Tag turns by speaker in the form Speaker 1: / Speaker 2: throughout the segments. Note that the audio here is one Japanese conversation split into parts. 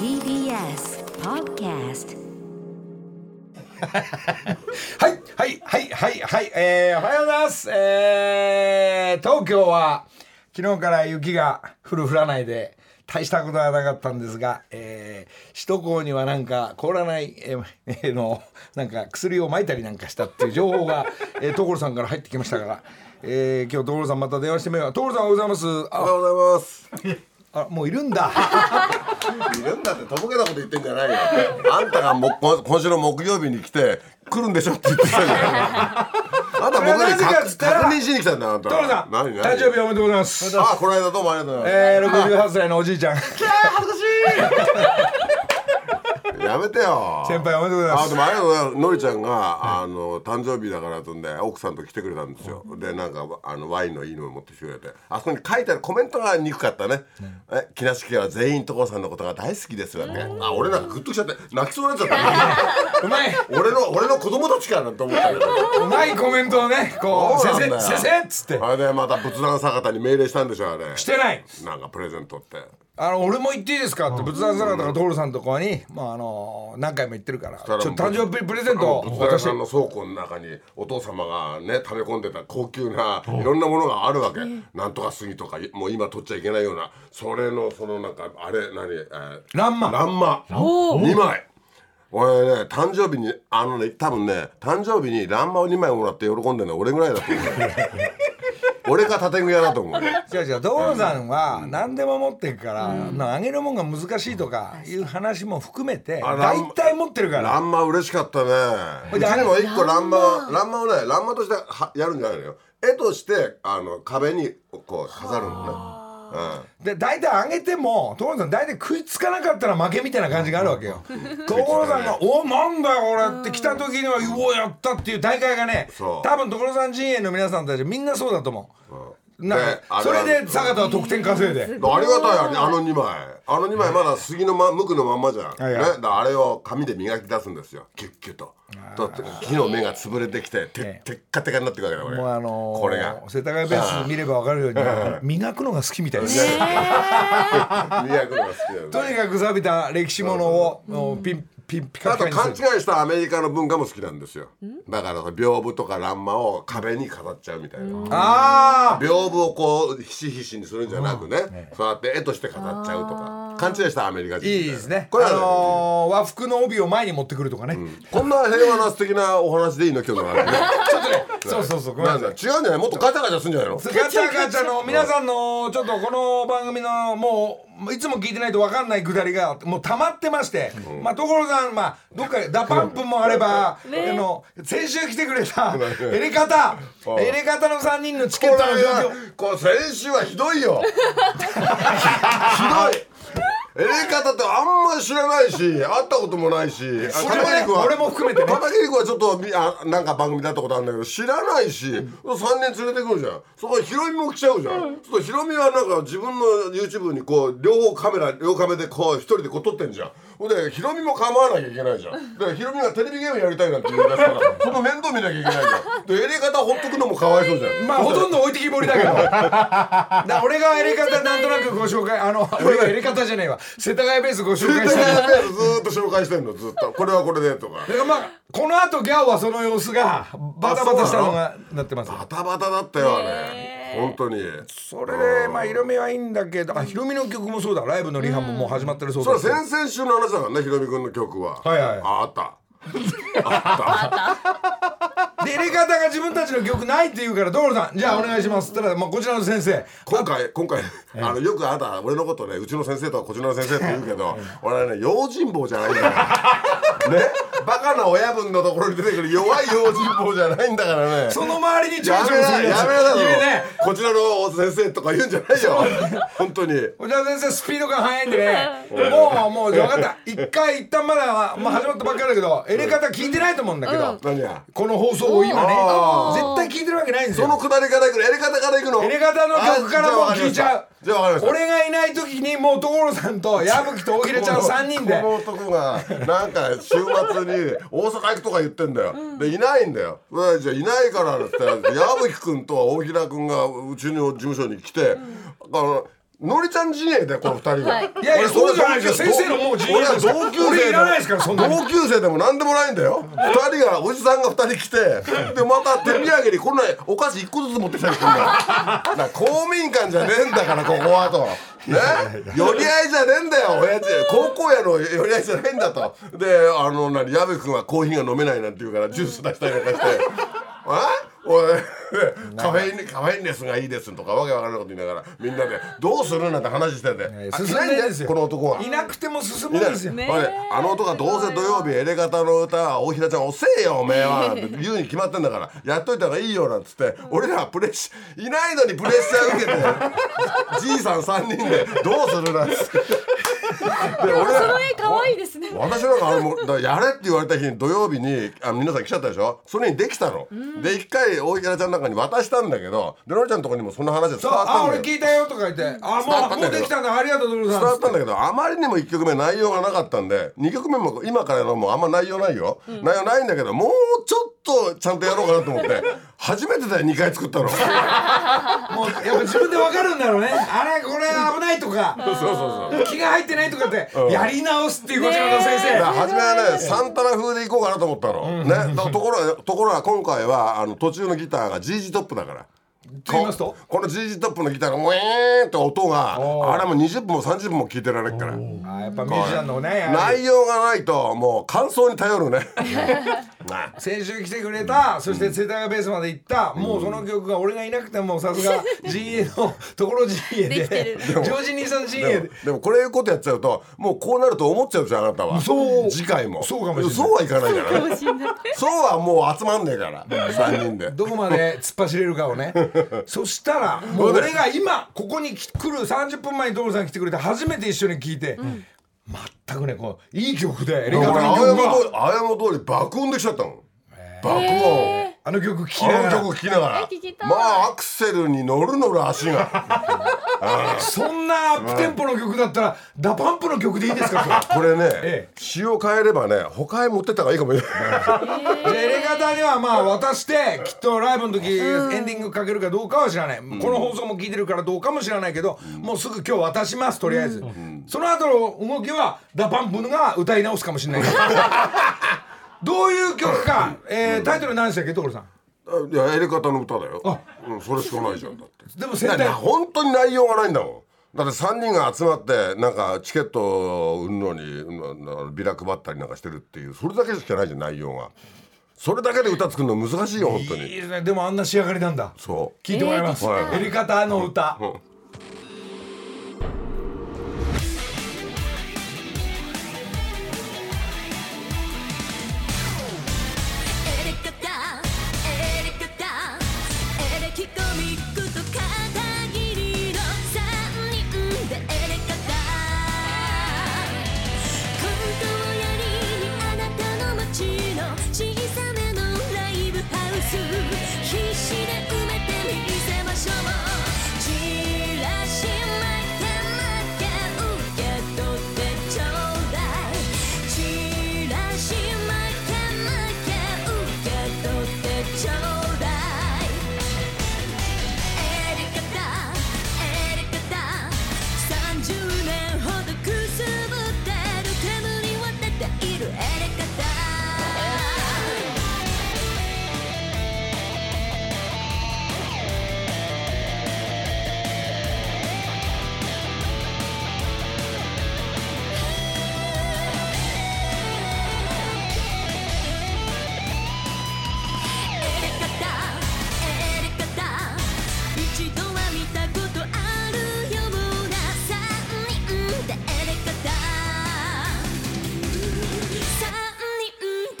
Speaker 1: TBS Podcast
Speaker 2: はい、はい、はい、はい、はい、えー、おはようございます。えー、東京は昨日から雪が降る降らないで、大したことはなかったんですが、えー、首都高にはなんか凍らない、えーえーの、なんか薬を撒いたりなんかしたっていう情報 が、えー、所さんから入ってきましたから、えー、今日所さんまた電話してみよう。所さんおはようございます。
Speaker 3: お
Speaker 2: あ、
Speaker 3: はようござい
Speaker 2: あもういるん だ。
Speaker 3: ます。いるんだってとぼけたこと言ってんじゃないよ。あんたがもこ今週の木曜日に来て来るんでしょって言ってたじ ゃん。あんた僕
Speaker 2: な
Speaker 3: に
Speaker 2: ぜかっつ
Speaker 3: 確
Speaker 2: ったら
Speaker 3: 確認しに来たんだよあんた。
Speaker 2: 所さん、
Speaker 3: 何何
Speaker 2: 誕生日おめでとうございます。
Speaker 3: あこの間どうもありがとうござい
Speaker 2: えー、68歳のおじいちゃん。
Speaker 3: ます。やめてよ。
Speaker 2: 先輩おめでとうございます
Speaker 3: あでもありがとうございます。のりちゃんがあの誕生日だからとんで奥さんと来てくれたんですよ。でなんかあのワインのいいのを持ってきてくれて、あそこに書いてあるコメントが憎かったね。え木梨家は全員所さんのことが大好きですよね。あ俺なんかグッときちゃって泣きそうになっちゃった。
Speaker 2: うまい。
Speaker 3: 俺の俺の子供たちかなと思ったけど
Speaker 2: うまいコメントをね、こう、
Speaker 3: そ
Speaker 2: せ
Speaker 3: うなんだ
Speaker 2: せ、
Speaker 3: よ
Speaker 2: せせっつって。
Speaker 3: あれでまた仏壇坂田に命令したんでしょあれ
Speaker 2: してない。
Speaker 3: なんかプレゼントって
Speaker 2: あの俺も言っていいですかって仏壇坂とか徹さんとこに、まあ、あの何回も言ってるからちょ
Speaker 3: た
Speaker 2: っ
Speaker 3: ら
Speaker 2: と
Speaker 3: もう
Speaker 2: 誕生日プレゼントを
Speaker 3: 仏壇
Speaker 2: 渡して
Speaker 3: さんの倉庫の中にお父様がね食べ込んでた高級ないろんなものがあるわけなんとか杉とかもう今取っちゃいけないようなそれのそのなんかあれ何えー
Speaker 2: ランマ
Speaker 3: ランマ2枚俺ね誕生日にあのね多分ね誕生日にランマを2枚もらって喜んでるのは俺ぐらいだ と思う俺が建具屋だと思うよ
Speaker 2: 違う違う徹さんは何でも持ってるから、なあげるもんが難しいとかいう話も含めて
Speaker 3: あラン
Speaker 2: 大体持ってるから
Speaker 3: ランマ嬉しかったねうちにも一個ランマはランマをねランマとしてはやるんじゃないのよ絵としてあの壁にこう飾るのね
Speaker 2: で大体あげても所さん大体食いつかなかったら負けみたいな感じがあるわけよ所さんが「おなんだよこれ」って来た時には「うおやった」っていう大会がね
Speaker 3: そ
Speaker 2: 多
Speaker 3: う
Speaker 2: 分所さん陣営の皆さんたちみんなそうだと思う
Speaker 3: うん
Speaker 2: なん
Speaker 3: で
Speaker 2: か
Speaker 3: あれ
Speaker 2: それ
Speaker 3: う
Speaker 2: で
Speaker 3: ん
Speaker 2: 坂田は得点稼いで
Speaker 3: うんありがたいよねあの2枚あの2枚まだ杉の、ま、無垢のまんまじゃん、
Speaker 2: はいは
Speaker 3: ね、
Speaker 2: い
Speaker 3: だからあれを紙で磨き出すんですよキュッキュッとと木の芽が潰れてきててテッカテカになってくわけだこれ
Speaker 2: もうあのー
Speaker 3: これが
Speaker 2: 世田谷ベース見ればわかるように磨くのが好きみたいです、
Speaker 3: 磨くのが好きだよね
Speaker 2: とにかく錆びた歴史ものを、もうピンピンピカ
Speaker 3: あ
Speaker 2: ピカ
Speaker 3: と勘
Speaker 2: に
Speaker 3: 違い
Speaker 2: する
Speaker 3: したアメリカの文化も好きなんですよだから屏風とか欄間を壁に飾っちゃうみたいな
Speaker 2: ああ
Speaker 3: 屏風をこうひしひしにするんじゃなくねそうやって絵として飾っちゃうとか勘違いしたアメリカ人
Speaker 2: いいですね
Speaker 3: これ
Speaker 2: あ
Speaker 3: はね
Speaker 2: のー和服の帯を前に持ってくるとかね、
Speaker 3: こんな平和な素敵なお話でいいの今日の話
Speaker 2: ちょっとね そうそうそうごめん
Speaker 3: な
Speaker 2: なんさ
Speaker 3: だ違う
Speaker 2: い
Speaker 3: んじゃないもっとガチャガチャすんじゃないの
Speaker 2: ガチャガチャの皆さんのちょっとこの番組のもういつも聞いてないと分かんないくだりがもう溜まってまして、まあ所さんまあどっかダパンプもあれば、あの先週来てくれたエレカタエレカタの3人のチケットの状況
Speaker 3: こう先週はひどいよひどいエレカタってあんまり知らないし会ったこともないしあ
Speaker 2: 俺もね
Speaker 3: 片桐は
Speaker 2: 俺も含めてね
Speaker 3: 片桐君はちょっとみあなんか番組だったことあるんだけど知らないし3年連れてくるじゃんそこにヒロミも来ちゃうじゃん、そうするとヒロミはなんか自分の YouTube にこう両方カメラ両カメでこう一人でこう撮ってんじゃんほんでヒロミも構わなきゃいけないじゃんだからヒロミがテレビゲームやりたいなんて言い出すからその面倒見なきゃいけないじゃんでエレカタほっとくのもかわいそうじゃん
Speaker 2: まあほとんど置いてきぼりだけどだ俺がエレカタなんとなくご紹介あの俺がエレカタじゃねえわ世田谷ベースご紹
Speaker 3: ず
Speaker 2: 介した
Speaker 3: ーっと紹介してんのずっとこれはこれでとか
Speaker 2: だからまあこの後ギャオはその様子がバタバタしたのがなってます
Speaker 3: バタバタだったよあれ本当に
Speaker 2: それでまあ色味はいいんだけどあ色味の曲もそうだライブのリハももう始まってるそう
Speaker 3: それ
Speaker 2: だ
Speaker 3: は先々週の話だからねひろみくんの曲は
Speaker 2: はいはい
Speaker 3: ああったあった
Speaker 2: で入れ方が自分たちの曲ないって言うから所さんじゃあお願いしますって言ったら、まあ、こちらの先生
Speaker 3: 今回今回あのよくあなた俺のことねうちの先生とかこちらの先生って言うけど俺はね用心棒じゃないんだからねバカな親分のところに出てくる弱い用心棒じゃないんだからね
Speaker 2: その周りにちょ
Speaker 3: や
Speaker 2: ろちょ
Speaker 3: め
Speaker 2: ろ
Speaker 3: なや
Speaker 2: する
Speaker 3: め
Speaker 2: や
Speaker 3: な
Speaker 2: つ
Speaker 3: さい
Speaker 2: 君ね
Speaker 3: こちらの先生とか言うんじゃないよ本当に
Speaker 2: こちらの先生スピード感速いんでねもうもう分かった一回一旦まだ、まあ、始まったばっかりだけど入れ方聞いてないと思うんだけど、
Speaker 3: 何や
Speaker 2: この放送を今ね
Speaker 3: あ
Speaker 2: 絶対聞いてるわけないんです
Speaker 3: その
Speaker 2: よ
Speaker 3: くだりからいくのやり方からいくの
Speaker 2: エレガタの曲からも
Speaker 3: あ
Speaker 2: 聞いちゃう
Speaker 3: じゃあわかりましたじゃあわかりました
Speaker 2: 俺がいない時にもう所さんと矢吹と大
Speaker 3: れ
Speaker 2: 平ちゃん3人で
Speaker 3: この男がなんか週末に大阪行くとか言ってんだよでいないんだようわじゃあいないからって言って矢吹君と大平君がうちの事務所に来てあののりちゃん陣営だよこの二人が、
Speaker 2: いやいや
Speaker 3: 俺
Speaker 2: そうじゃないですよ
Speaker 3: 同級
Speaker 2: 先生のもう陣営
Speaker 3: 俺は同級生
Speaker 2: 俺いらないですからそんなの
Speaker 3: 同級生でも何でもないんだよ二人がおじさんが二人来てでまた手土産にこんなお菓子一個ずつ持ってきたりするんだよだから公民館じゃねえんだからここはとね寄り合いじゃねえんだよ親父高校やの寄り合いじゃないんだとであの何矢部君はコーヒーが飲めないなんて言うからジュース出したりなんかして「あおいカフェインカフェインレスがいいです」とかわけわからないこと言いながらみんなで「どうする?」なんて話してて
Speaker 2: いや
Speaker 3: あ
Speaker 2: 進ん
Speaker 3: い
Speaker 2: で
Speaker 3: ないん
Speaker 2: るん
Speaker 3: だ
Speaker 2: で
Speaker 3: よ
Speaker 2: すよ
Speaker 3: この男はい
Speaker 2: なくても進
Speaker 3: い
Speaker 2: むん
Speaker 3: ない
Speaker 2: ですよ
Speaker 3: あれあの男どうせ土曜日エレガタの歌は大平ちゃん遅えよおめえはなんて言うに決まってんだからやっといた方がいいよなんつって俺らプレッシャーいないのにプレッシャー受けてじいさん3人でどうするなんつって。で俺ら
Speaker 4: その絵可愛いですね
Speaker 3: 私なんかあれもだからやれって言われた日に土曜日にあ皆さん来ちゃったでしょそれにできたの、で一回大平ちゃんなんかに渡したんだけどでのりちゃんのとこにもその話が
Speaker 2: そ
Speaker 3: 伝
Speaker 2: う
Speaker 3: わった
Speaker 2: あ
Speaker 3: んだ
Speaker 2: 俺
Speaker 3: よ
Speaker 2: 聞いたよとか言ってあ
Speaker 3: 伝わっ
Speaker 2: も
Speaker 3: た
Speaker 2: うんも
Speaker 3: だ
Speaker 2: う
Speaker 3: けど
Speaker 2: できたんだありがとう所
Speaker 3: 伝わ
Speaker 2: さ
Speaker 3: ったんだけどあまりにも1曲目内容がなかったんで2曲目も今からのもうあんま内容ないよ、内容ないんだけどもうちょっとちゃんとやろうかなと思って初めてだよ2回作ったのそう
Speaker 2: んもうやっぱ自分で分かるんだろうねあれこれ危ないとか
Speaker 3: そうそう
Speaker 2: 気が入ってないとかってやり直すっていうこちらの先
Speaker 3: だから
Speaker 2: 生
Speaker 3: 初めはねサンタナ風でいこうかなと思ったの、ねだからところがところが今回はあの途中のギターが GG トップだから。
Speaker 2: と言いますと
Speaker 3: ここの GG トップのギターのウェーンって音があれも20分も30分も聞いてられるから
Speaker 2: あーやっぱミュージシャンのねやはり
Speaker 3: 内容がないともう感想に頼るねな
Speaker 2: 先週来てくれた、そして世田谷ベースまで行った、もうその曲が俺がいなくてもさすが陣営のところ陣営で
Speaker 4: できてる
Speaker 2: ジョージ兄さん陣営
Speaker 3: でも
Speaker 2: で
Speaker 3: でもこれいうことやっちゃうともうこうなると思っちゃうじゃんあなたは
Speaker 2: そう
Speaker 3: 次回も
Speaker 2: そうかもしれない
Speaker 3: そうはいかないからねそうはもう集まんねえから3人で
Speaker 2: どこまで突っ走れるかを ねそしたらもう俺が今ここに来来る30分前に所さん来てくれて初めて一緒に聴いて、全くねこういい曲でエレ
Speaker 3: 俺
Speaker 2: ガタの
Speaker 3: 青山通
Speaker 2: 曲が
Speaker 3: り青山通り爆音できちゃったの爆音
Speaker 2: あの曲聴きなが
Speaker 3: あ
Speaker 2: ら
Speaker 3: の曲聴きながら
Speaker 4: え聞きたい
Speaker 3: まあアクセルに乗る乗る足が
Speaker 2: そんなアップテンポの曲だったらダパンプの曲でいいですかそれ
Speaker 3: これね
Speaker 2: え
Speaker 3: 詞を変えればね他へ持ってった方がいいかもしれない
Speaker 2: じゃあエレガタにはまあ渡してきっとライブの時エンディングかけるかどうかは知らない、この放送も聞いてるからどうかも知らないけど、もうすぐ今日渡しますとりあえず、その後の動きはダパンプが歌い直すかもしれないけどどういう曲か、えータイトル何でしたっけ所さん
Speaker 3: いややり方の歌だよ
Speaker 2: あ、
Speaker 3: うん、それしかないじゃんだって
Speaker 2: でも絶
Speaker 3: だ
Speaker 2: 対
Speaker 3: から本当に内容がないんだもんだって3人が集まってなんかチケットを売るのにうんあのビラ配ったりなんかしてるっていうそれだけしかないじゃん内容がそれだけで歌作るの難しいよ本当
Speaker 2: いい
Speaker 3: に
Speaker 2: ですねでもあんな仕上がりなんだ
Speaker 3: そ
Speaker 2: 聞いてもらいます、
Speaker 3: えー聞きたい
Speaker 2: エレガタの歌、
Speaker 5: エレカタエレカタエレキコミックと片桐の3人でエレカタ本当やりにあなたの街の小さめのライブハウス必死で埋めてみせましょう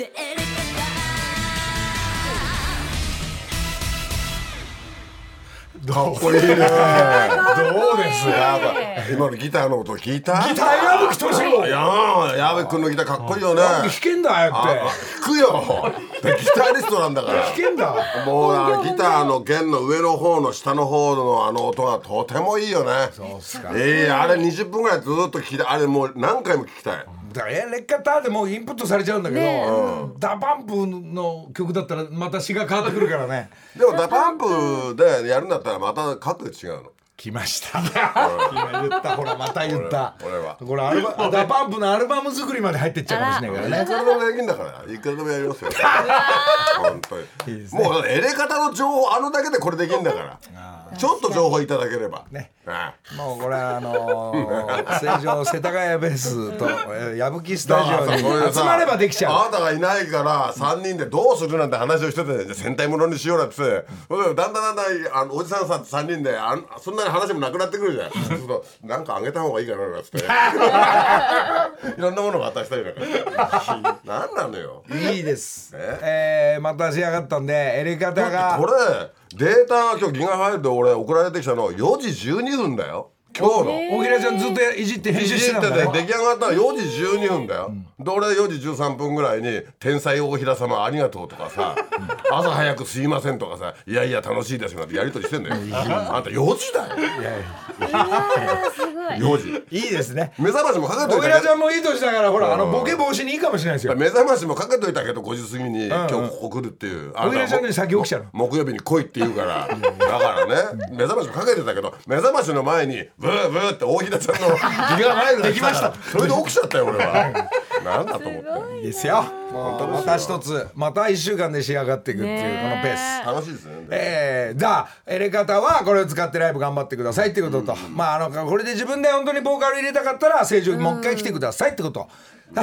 Speaker 2: どう
Speaker 3: これいいね
Speaker 2: どうです
Speaker 3: やばい今のギターの音聞いた
Speaker 2: ギター矢吹敏郎
Speaker 3: いやー矢部君のギターかっこいいよね
Speaker 2: なんで弾けんだああや
Speaker 3: あ
Speaker 2: って
Speaker 3: 弾くよギタリストなんだから
Speaker 2: 弾けんだ
Speaker 3: もうあのギターの弦の上の方の下の方のあの音がとてもいいよねそう
Speaker 2: っすか
Speaker 3: ええあれ20分ぐらいずっと聞いてあれもう何回も聞きたい
Speaker 2: だからエレカターでもうインプットされちゃうんだけど、ダパンプの曲だったらまた詩が変わってくるからね
Speaker 3: でもダパンプでやるんだったらまた各違うの
Speaker 2: 来ました今言ったほらまた言った
Speaker 3: 俺は
Speaker 2: これアル バダパンプのアルバム作りまで入ってっちゃうかもしれないから
Speaker 3: い
Speaker 2: ね
Speaker 3: くらでもできんだからいくらでもやりますよ本当にもうエレ方の情報あのだけでこれできんだからちょっと情報いただければ
Speaker 2: ね
Speaker 3: あ
Speaker 2: もうこれはあのー、 成城世田谷ベースとえー矢吹スタジオ
Speaker 3: だから
Speaker 2: に集
Speaker 3: さ
Speaker 2: まればできちゃ
Speaker 3: あなたがいないから3人でどうするなんて話をしててじゃあ戦隊ものにしようなんて言ってそれでだんだんだんだんあのおじさんさん3人であんそんなに話もなくなってくるじゃんそうするとなんかあげた方がいいかななんつっ ていろんなもの渡したりなんかして何なのよ
Speaker 2: ういいです、
Speaker 3: ね
Speaker 2: えー、また仕上がったんでエレカタが
Speaker 3: これデータが今日ギガファイルで俺送られてきたの4時12分だよ今日の。
Speaker 2: 大平ちゃんずっといじって編
Speaker 3: いじ
Speaker 2: 集
Speaker 3: って
Speaker 2: してたん
Speaker 3: て
Speaker 2: だよ
Speaker 3: 出来上がったの4時12分だよ、で俺4時13分ぐらいに「天才大平様ありがとう」とかさ「朝早くすいません」とかさ「いやいや楽しいです」なんてやり取りしてんだよあんた4時だよ4時
Speaker 2: いいですね
Speaker 3: 目覚ましもかけと
Speaker 2: 小
Speaker 3: い
Speaker 2: 倉
Speaker 3: た
Speaker 2: ち
Speaker 3: け
Speaker 2: ゃんもいい年だからほらあのボケ防止にいいかもしれないですよ
Speaker 3: ど目覚ましもかけといたけど5時過ぎに今日ここ来るっていうあな
Speaker 2: 小
Speaker 3: た
Speaker 2: 倉ちゃんのように先起きちゃうの
Speaker 3: 木曜日に来いって言うからだからね目覚ましもかけてたけど目覚ましの前にブーブーって大平ちゃ んの気がないのできましたそれで起きちゃったよ俺はなんだと思って。
Speaker 2: いいですよもうまた一つまた一週間で仕上がっていくっていうこのペース
Speaker 3: 楽しいですね。
Speaker 2: えー、じゃあエレカタはこれを使ってライブ頑張ってくださいっていうことと、まああのこれで自分で本当にボーカル入れたかったら正常にもう一回来てくださいってこと、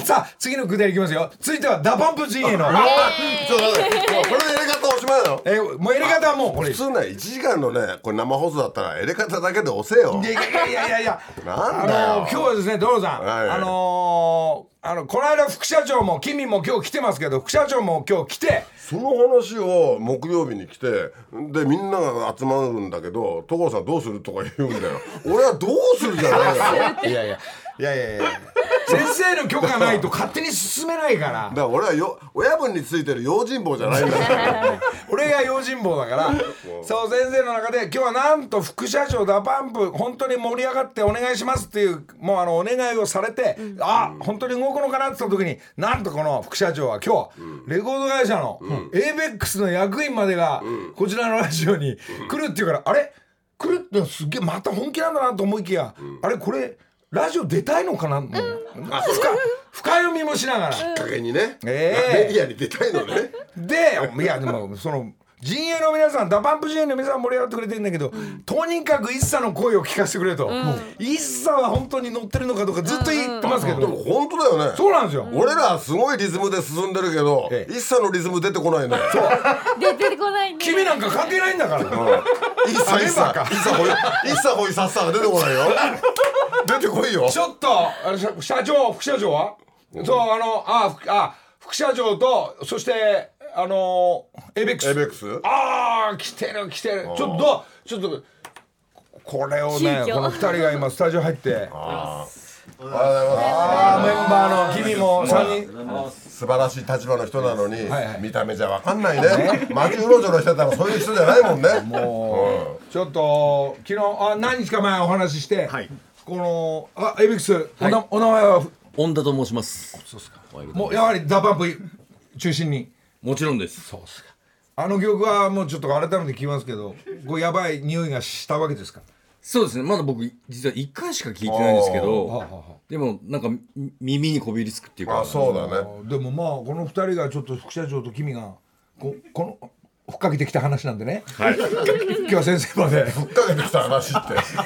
Speaker 2: さあ次のくだりいきますよ続いてはダパンプ陣営の、
Speaker 3: ちょっと待ってもうこれでエレガタおしまいなの。
Speaker 2: えーもうエレカタはもうこれ
Speaker 3: 普通ね、一時間のね、これ生放送だったら、エレガタだけで押せよ
Speaker 2: い。やいやいやいやいや
Speaker 3: なんだよ
Speaker 2: あの今日はですねドローさん、
Speaker 3: はい
Speaker 2: あのーあのこの間副社長も君も今日来てますけど副社長も今日来て
Speaker 3: その話を木曜日に来て、で、みんなが集まるんだけど、戸郷さんどうするとか言うんだよ。俺はどうするじゃ ないよ。だか
Speaker 2: いやいやいやいやいや先生の許可ないと勝手に進めないから
Speaker 3: ら俺はよ、親分についてる用心棒じゃない んだから。
Speaker 2: 俺が用心棒だからそう先生の中で今日はなんと副社長ダパンプ本当に盛り上がってお願いしますっていうもうあのお願いをされて、あ本当に動くのかなって言った時になんとこの副社長は今日レコード会社の ABEX の役員までがこちらのラジオに来るっていうからあれ来るってすげえまた本気なんだなと思いきやあれこれラジオ出たいのかなもう深深読みもしながら。
Speaker 3: きっかけにね、
Speaker 2: ええ
Speaker 3: メディアに出たいのね。
Speaker 2: で、いや、でも、その、陣営の皆さん、ダパンプ陣営の皆さん盛り上がってくれてるんだけど、とにかく一茶の声を聞かせてくれと。一茶は本当に乗ってるのかとかずっと言ってますけ
Speaker 3: で
Speaker 2: ど、
Speaker 3: も本当だよね。
Speaker 2: そうなんですよ。
Speaker 3: 俺らすごいリズムで進んでるけど、
Speaker 2: ええ
Speaker 3: 一切のリズム出てこないね。
Speaker 5: 出てこないね
Speaker 2: 君なんか関係ないんだから。
Speaker 3: 一切一切一切
Speaker 2: あメンバーか
Speaker 3: ほい一切ほいさっさが出てこないよ出てこいよ
Speaker 2: ちょっと、あの社社長、副社長はそう、あの、あ、副あ副社長と、そして、あの、エイベックス。
Speaker 3: エイベックス
Speaker 2: ああ、来てる来てる。ちょっとどう、ちょっと、これをね、
Speaker 5: 急遽
Speaker 2: この二人が今、スタジオ入って。
Speaker 3: おはようございま
Speaker 2: あーメンバーの君も3人
Speaker 3: す素晴らしい立場の人なのに、
Speaker 2: はいはい
Speaker 3: 見た目じゃわかんないね街うろちょろしてたらそういう人じゃないもんね
Speaker 2: ちょっと昨日あ何日か前お話しして、
Speaker 4: はい
Speaker 2: このあエイビックス、おなお名前は
Speaker 4: 恩田と申します。
Speaker 2: もうやはりダパンプ中心に
Speaker 4: もちろんです。
Speaker 2: あの曲はもうちょっと改めて聞きますけどこうやばい匂いがしたわけですか
Speaker 4: そうですね。まだ僕実は一回しか聞いてないんですけ
Speaker 2: はあ
Speaker 4: ど
Speaker 2: は、
Speaker 4: でもなんかみ耳にこびりつくっていう
Speaker 3: ま
Speaker 4: か
Speaker 3: あ。そうだね
Speaker 2: でもまあこの2人がちょっと副社長と君がここのふっかけてきた話なんでね、今日は先生まで
Speaker 3: ふっかけてきた話って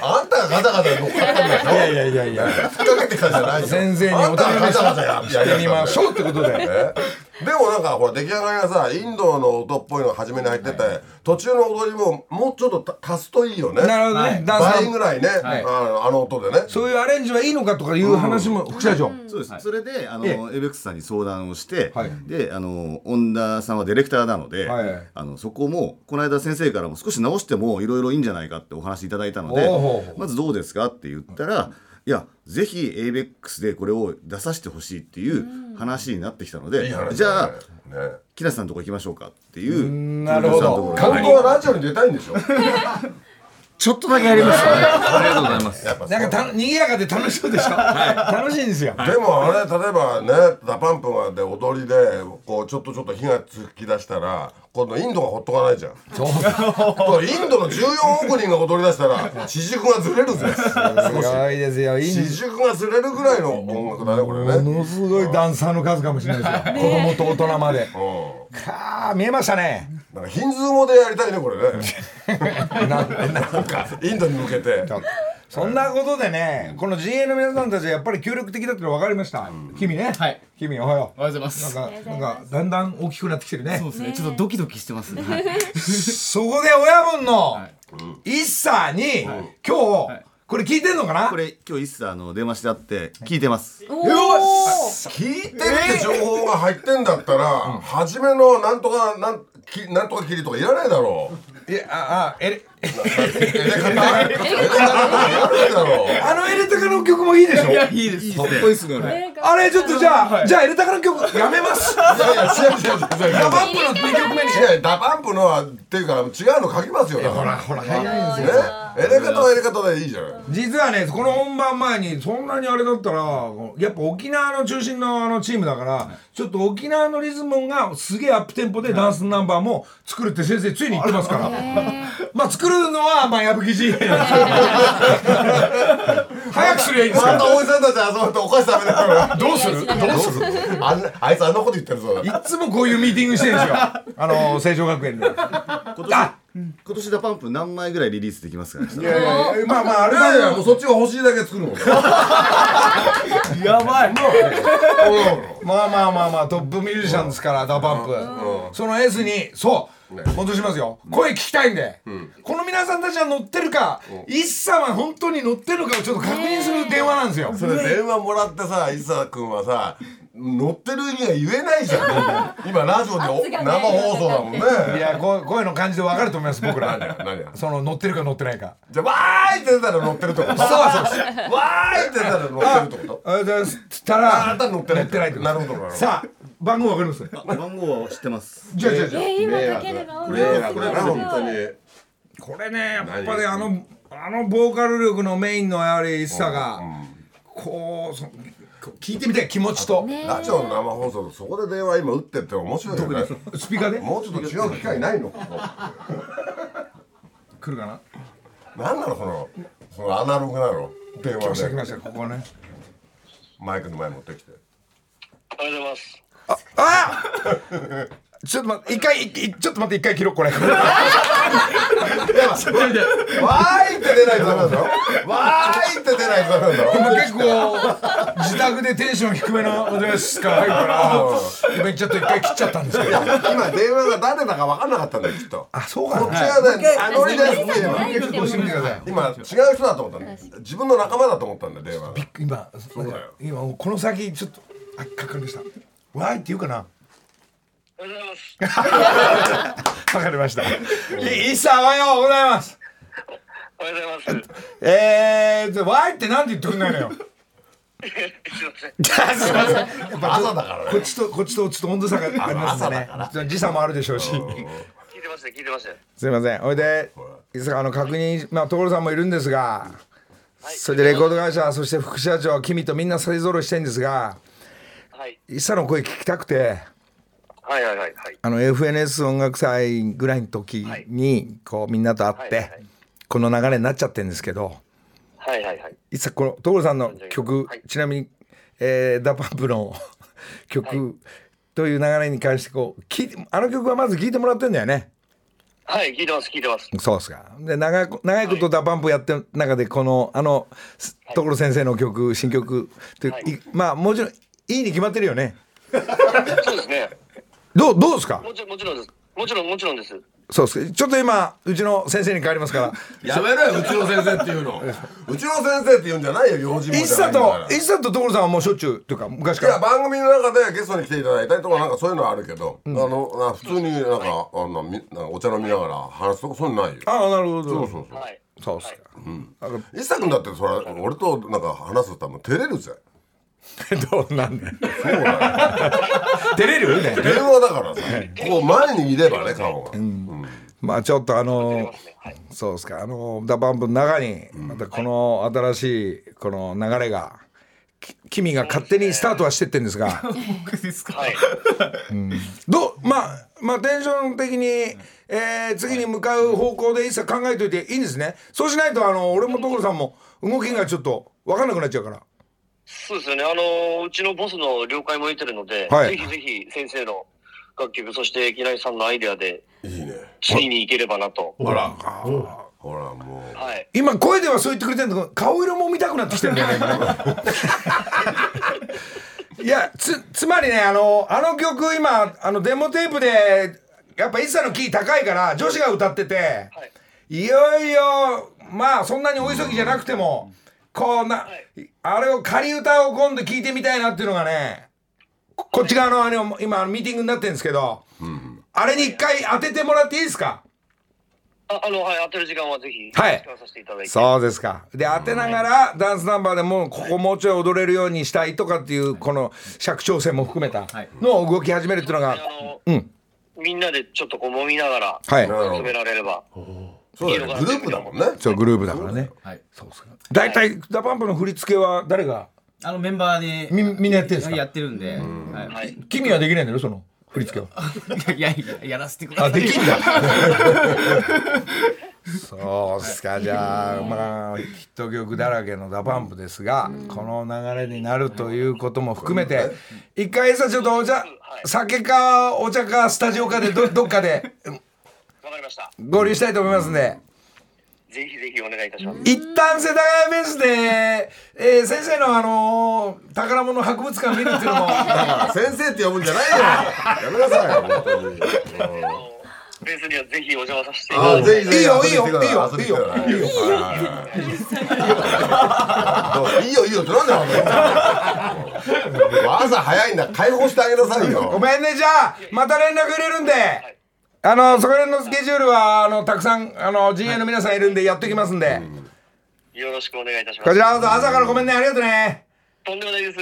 Speaker 3: あんたがガタガタ乗っかったんだよ
Speaker 2: いやいやいやいや
Speaker 3: ふっかけてきたじゃないよ
Speaker 2: 先生に
Speaker 3: あ
Speaker 2: お
Speaker 3: んた
Speaker 2: 尋
Speaker 3: がガ
Speaker 2: ね
Speaker 3: タガタやりや
Speaker 2: してみましょ
Speaker 3: う
Speaker 2: うってことで。
Speaker 3: でもなんかほら出来上がりがさインドの音っぽいの初めに入ってて、途中の踊りももうちょっとた足すといいよね
Speaker 2: なるほどね、
Speaker 4: はい
Speaker 2: ダンス
Speaker 3: 倍
Speaker 2: の
Speaker 3: ぐらいね、
Speaker 4: い
Speaker 3: あのあの音でね
Speaker 2: そういうアレンジはいいのかとかいう話も副社長
Speaker 6: そうです、
Speaker 4: はい
Speaker 6: それであの、
Speaker 2: ええ
Speaker 6: エベックスさんに相談をして、
Speaker 2: はい
Speaker 6: であの恩田さんはディレクターなので、
Speaker 2: はい
Speaker 6: あのそこもこの間先生からも少し直してもいろいろいいんじゃないかってお話いただいたので
Speaker 2: おうほうほう
Speaker 6: まずどうですかって言ったら、いやぜひエイベックスでこれを出させてほしいっていう話になってきたので、
Speaker 3: いい話だね
Speaker 6: じゃあ
Speaker 3: ね
Speaker 6: 木梨さんのとこ行きましょうかっていう
Speaker 2: なるほど
Speaker 6: 木梨さんのところ
Speaker 3: 本当はラジオに出たいんでしょ
Speaker 6: ちょっとだけやります
Speaker 4: ありがとうございます。
Speaker 3: やっぱ
Speaker 2: なんかた賑やかで楽しそうでしょ、楽しいんですよ、
Speaker 3: でもあれ例えばねダパンプがで踊りでこうちょっとちょっと火がつき出したら今度インドがほっとかないじゃん
Speaker 2: そう
Speaker 3: そうインドの14億人が踊り出したら地軸がずれるぜ
Speaker 2: すごいですよイン
Speaker 3: 地軸がずれるぐらいの音楽だねこれね、
Speaker 2: ものすごいダンサーの数かもしれないですよ、子供と大人まで
Speaker 3: う
Speaker 2: かあ見えましたね
Speaker 3: ん、なんかヒンズー語でやりたいねこれね
Speaker 2: なんでなん
Speaker 3: なんかインドに向けて
Speaker 2: だそんなことでね、この陣営の皆さんたちはやっぱり協力的だっての分かりました。君ね。
Speaker 7: はい。
Speaker 2: 君おはよ
Speaker 7: おはようございま
Speaker 2: う。
Speaker 7: す。
Speaker 2: なんか、なんか、だんだん大きくなってきてるね。
Speaker 7: そうですね。ちょっとドキドキしてますね。はい
Speaker 2: そこで親分の
Speaker 7: はい
Speaker 2: 一茶に、今日、これ聞いてんのかな
Speaker 6: これ今日一切あの電話してあって聞いてます
Speaker 1: お
Speaker 3: 聞いてるって情報が入ってんだったら、初めのなんとかなんきなんとか切りとかいらないだろう
Speaker 2: いや、あ、あ、えれ、
Speaker 3: えれ方えれ方いらないだろう
Speaker 2: あのエレタカの曲もいいでしょ
Speaker 7: や、いいです。
Speaker 4: かっこいいっすね。
Speaker 2: あれ、ちょっとじゃあ、じゃあエレタカの曲やめ ます。
Speaker 3: いやいや違う違う違う違う
Speaker 2: ダパンプの2曲目に。
Speaker 3: 違うダパンプのはっていうか違うの書きますよだから
Speaker 2: ほら、早いんですよ
Speaker 3: ねやり方はやり方でいいじゃない
Speaker 2: 実はねこの本番前にそんなにあれだったらやっぱ沖縄の中心のあのチームだから、ちょっと沖縄のリズムがすげえアップテンポでダンスナンバーも作るって先生ついに言ってますから まあ作るのはまあ矢吹陣営なんですけど 早くすりゃいいんですか
Speaker 3: ま
Speaker 2: ら
Speaker 3: たおじさんたち集まってお菓子食べながら
Speaker 2: どうするどうする
Speaker 3: あんなあいつあんなこと言ってるぞ
Speaker 2: いっつもこういうミーティングしてるんですよあの成城学園で
Speaker 6: 今
Speaker 2: あ
Speaker 6: 年今年ダパンプ何枚ぐらいリリースできますかね
Speaker 2: いやいやいやまあまああ
Speaker 3: い
Speaker 2: れ
Speaker 3: やいや
Speaker 2: は
Speaker 3: もうそっちが欲しいだけ作るもん
Speaker 7: やばい。
Speaker 2: まあまあまあまあトップミュージシャンですからダパンプその S にそう戻しますよ声聞きたいんでこの皆さんたちは乗ってるか一さんは本当に乗ってるかをちょっと確認する電話なんですよ
Speaker 3: それ電話もらってさ伊佐君はさ乗ってる意味が言えないじゃ ん今ラジオでお生放送だもんね
Speaker 2: いやこ声の感じで分かると思います僕
Speaker 3: 何や
Speaker 2: ら
Speaker 3: 何や
Speaker 2: その乗ってるか乗ってないか
Speaker 3: じゃあわーいって出たら乗ってる ってこと
Speaker 2: そうそうそう
Speaker 3: わーいって出たら乗ってるってこと
Speaker 2: ありがとうございますっつった
Speaker 3: ああ
Speaker 2: ら
Speaker 3: んた乗ってない
Speaker 2: 乗ってないってこ
Speaker 3: な
Speaker 2: と
Speaker 3: るほどなるほど
Speaker 2: さあ番号分かります
Speaker 6: 番号は知ってます
Speaker 2: じゃあじゃあじゃあ
Speaker 1: 今かけるの
Speaker 3: これこれな本当に
Speaker 2: これねやっぱりあのあのボーカル力のメインのやはり一さがこうそこう聞いてみたい気持ちと
Speaker 3: ラジオの生放送でそこで電話今打ってって面白いよね
Speaker 2: スピーカーで
Speaker 3: もうちょっと違う機会ないのここ
Speaker 2: 来るかな
Speaker 3: 何なのこのこのアナログなの電
Speaker 2: 来まし
Speaker 3: 話
Speaker 2: た来ま
Speaker 3: で
Speaker 2: したここね
Speaker 3: マイクの前持ってきて
Speaker 8: おはようございます。
Speaker 2: あちょっと待って一回いいちょっと待って一回切ろう これわ
Speaker 3: わーいって出ないとダメなんだろわーいって出ないとダメなんだろ
Speaker 2: 結構自宅でテンション低めのおでしか入るから今ちょっと一回切っちゃったんですけ
Speaker 3: い
Speaker 2: ど
Speaker 3: や今電話が誰だか分かんなかったんだよきっと
Speaker 2: あそう
Speaker 3: こっ
Speaker 2: か
Speaker 3: ち
Speaker 2: な
Speaker 3: がねあのりですって言えば
Speaker 2: ちょっと教えてください
Speaker 3: 今違う人だと思ったんだ自分の仲間だと思ったんだよ電話が
Speaker 2: 今
Speaker 3: うだよ
Speaker 2: 今この先ちょっとあかかりましたわーいって言うかな
Speaker 8: おはようございます。
Speaker 2: わかりました。い、いっさん、おはようございます。
Speaker 8: おはようございます。
Speaker 2: えー、わーいってなんて言ってくんないのよ。
Speaker 8: すいません。
Speaker 2: すいません。やっぱ
Speaker 3: 朝だから
Speaker 2: こっ
Speaker 3: ね
Speaker 2: ちと、こっちと、ちょっと温度差がありますんでね。時差もあるでしょうし。
Speaker 8: 聞いてますね、聞いてますね。
Speaker 2: すいません。ほいで、いつかあの確認、まあ、所さんもいるんですが。それでレコード会社、そして副社長、君とみんな勢ぞろいしてんですが。
Speaker 8: はい。
Speaker 2: いっさんの声聞きたくて。
Speaker 8: はいはいはいはい。
Speaker 2: あの FNS 音楽祭ぐらいの時にこうみんなと会っ
Speaker 8: はい
Speaker 2: て
Speaker 8: はい
Speaker 2: この流れになっちゃってるんですけど、
Speaker 8: はいはいはい。
Speaker 2: いつかこの所さんの曲、
Speaker 8: はい
Speaker 2: ちなみに、えー、ダパンプの 曲、という流れに関してこう聞いてあの曲はまず聴いてもらってんだよね
Speaker 8: はい、聞いてます、聞いてます。
Speaker 2: そうですかで長い長いことダパンプやってる中でこのあの、す所先生の曲新曲という、
Speaker 8: はい
Speaker 2: いまあもちろんいいに決まってるよね
Speaker 8: そうですね。
Speaker 2: どうどうですか
Speaker 8: もちろん、もちろんです。もちろん、もちろんです。
Speaker 2: そうですかちょっと今うちの先生に帰りますから
Speaker 3: やめろようちの先生っていうのうちの先生って言うんじゃないよ用心棒
Speaker 2: 一
Speaker 3: じゃないん
Speaker 2: 茶
Speaker 3: だ
Speaker 2: と
Speaker 3: から
Speaker 2: 一茶と所さんはもうしょっちゅうというか
Speaker 3: い
Speaker 2: 昔か
Speaker 3: や
Speaker 2: ら
Speaker 3: 番組の中でゲストに来ていただいたりとかなんかそういうのはあるけど、あのな普通になんかあのみなんかお茶飲みながら話すとかそういうのないよ
Speaker 2: ああなるほど
Speaker 3: そうそうそう
Speaker 8: はい。
Speaker 2: そうっすか
Speaker 3: 伊佐君だってそれ俺となんか話すともう照れるぜ
Speaker 2: どうなんだ よ照れるね
Speaker 3: 電話だからさこう前にいればね顔が、
Speaker 2: まあちょっとあのそうですかあのダバンプの中にまたこの新しいこの流れがき君が勝手にスタートはしてってんですが
Speaker 7: 僕ですか
Speaker 8: はい。
Speaker 2: どうまあまあテンション的に、えー次に向かう方向で一切考えといていいんですねそうしないとあの俺も所さんも動きがちょっと分かんなくなっちゃうから
Speaker 8: そうですよね。あの、うちのボスの了解も得てるので、
Speaker 2: はい
Speaker 8: ぜひぜひ先生の楽曲、そして木梨さんのアイデアで、
Speaker 3: いいね
Speaker 8: 次に行ければなと。
Speaker 3: ほらほらもう
Speaker 8: はい。
Speaker 2: 今声ではそう言ってくれてるんだけど顔色も見たくなってきて るんだよね今いやつつまりねあのあの曲今あのデモテープでやっぱ一茶のキー高いから女子が歌ってて、
Speaker 8: はい。
Speaker 2: いよいよまあそんなにお急ぎじゃなくてもこうな、あれを仮歌を今度聞いてみたいなっていうのがねここっち側のあれを今あのミーティングになってるんですけど、あれに一回当ててもらっていいですか
Speaker 8: ああの、はい、当てる時間はぜひ、
Speaker 2: はい
Speaker 8: 使わさせていただいて。
Speaker 2: そうですかで当てながらダンスナンバーでもうここもうちょい踊れるようにしたいとかっていうこの尺調整も含めたのを動き始めるっていうの
Speaker 8: あ
Speaker 2: が
Speaker 8: の、
Speaker 2: うん
Speaker 8: みんなでちょっとこう揉みながら、
Speaker 2: はい
Speaker 8: 進められれば。
Speaker 3: そうだよねグループだもんね
Speaker 2: そうグループだからね
Speaker 7: はい。
Speaker 2: 大体ダパンプの振り付けは誰が
Speaker 7: あのメンバーで
Speaker 2: みみんなやってるんです
Speaker 7: は
Speaker 2: か
Speaker 7: いやってるんで、は
Speaker 8: はい。
Speaker 2: 君はできないんだろその振り付けは。
Speaker 7: い。いやいややらせてくださ
Speaker 2: あ
Speaker 7: い。
Speaker 2: できんだ。 そうっすかじゃあまあヒット曲だらけのダパンプですがこの流れになるということも含めて一回さちょっとお茶酒かお茶かスタジオかで どどっかで
Speaker 8: わかりました。
Speaker 2: 合流したいと思いますんで
Speaker 8: ぜひぜひお願いいたします。
Speaker 2: 一旦世田谷ベースで、えー先生のあのー宝物博物館見るっていうのも
Speaker 3: だから先生って呼ぶんじゃないよやめなさい本当に
Speaker 8: ベースにはぜひお邪魔させていただ
Speaker 3: あ
Speaker 8: いて。
Speaker 3: ぜひぜひ
Speaker 2: いいよ
Speaker 3: 遊びに来てくださ
Speaker 2: いいよ
Speaker 3: 遊びに来てくださいいいよいいよってなんでなんだよ朝早いんだ解放してあげなさい
Speaker 2: ご
Speaker 3: よ
Speaker 2: めんねじゃあまた連絡入れるんで、あのそこら辺のスケジュールはあのたくさんあの陣営の皆さんいるんでやってきますんで、
Speaker 8: よろしくお願いいたしま
Speaker 2: こ
Speaker 8: す
Speaker 2: ち。らこそ朝からごめんねありがとうね
Speaker 8: とんでもないです。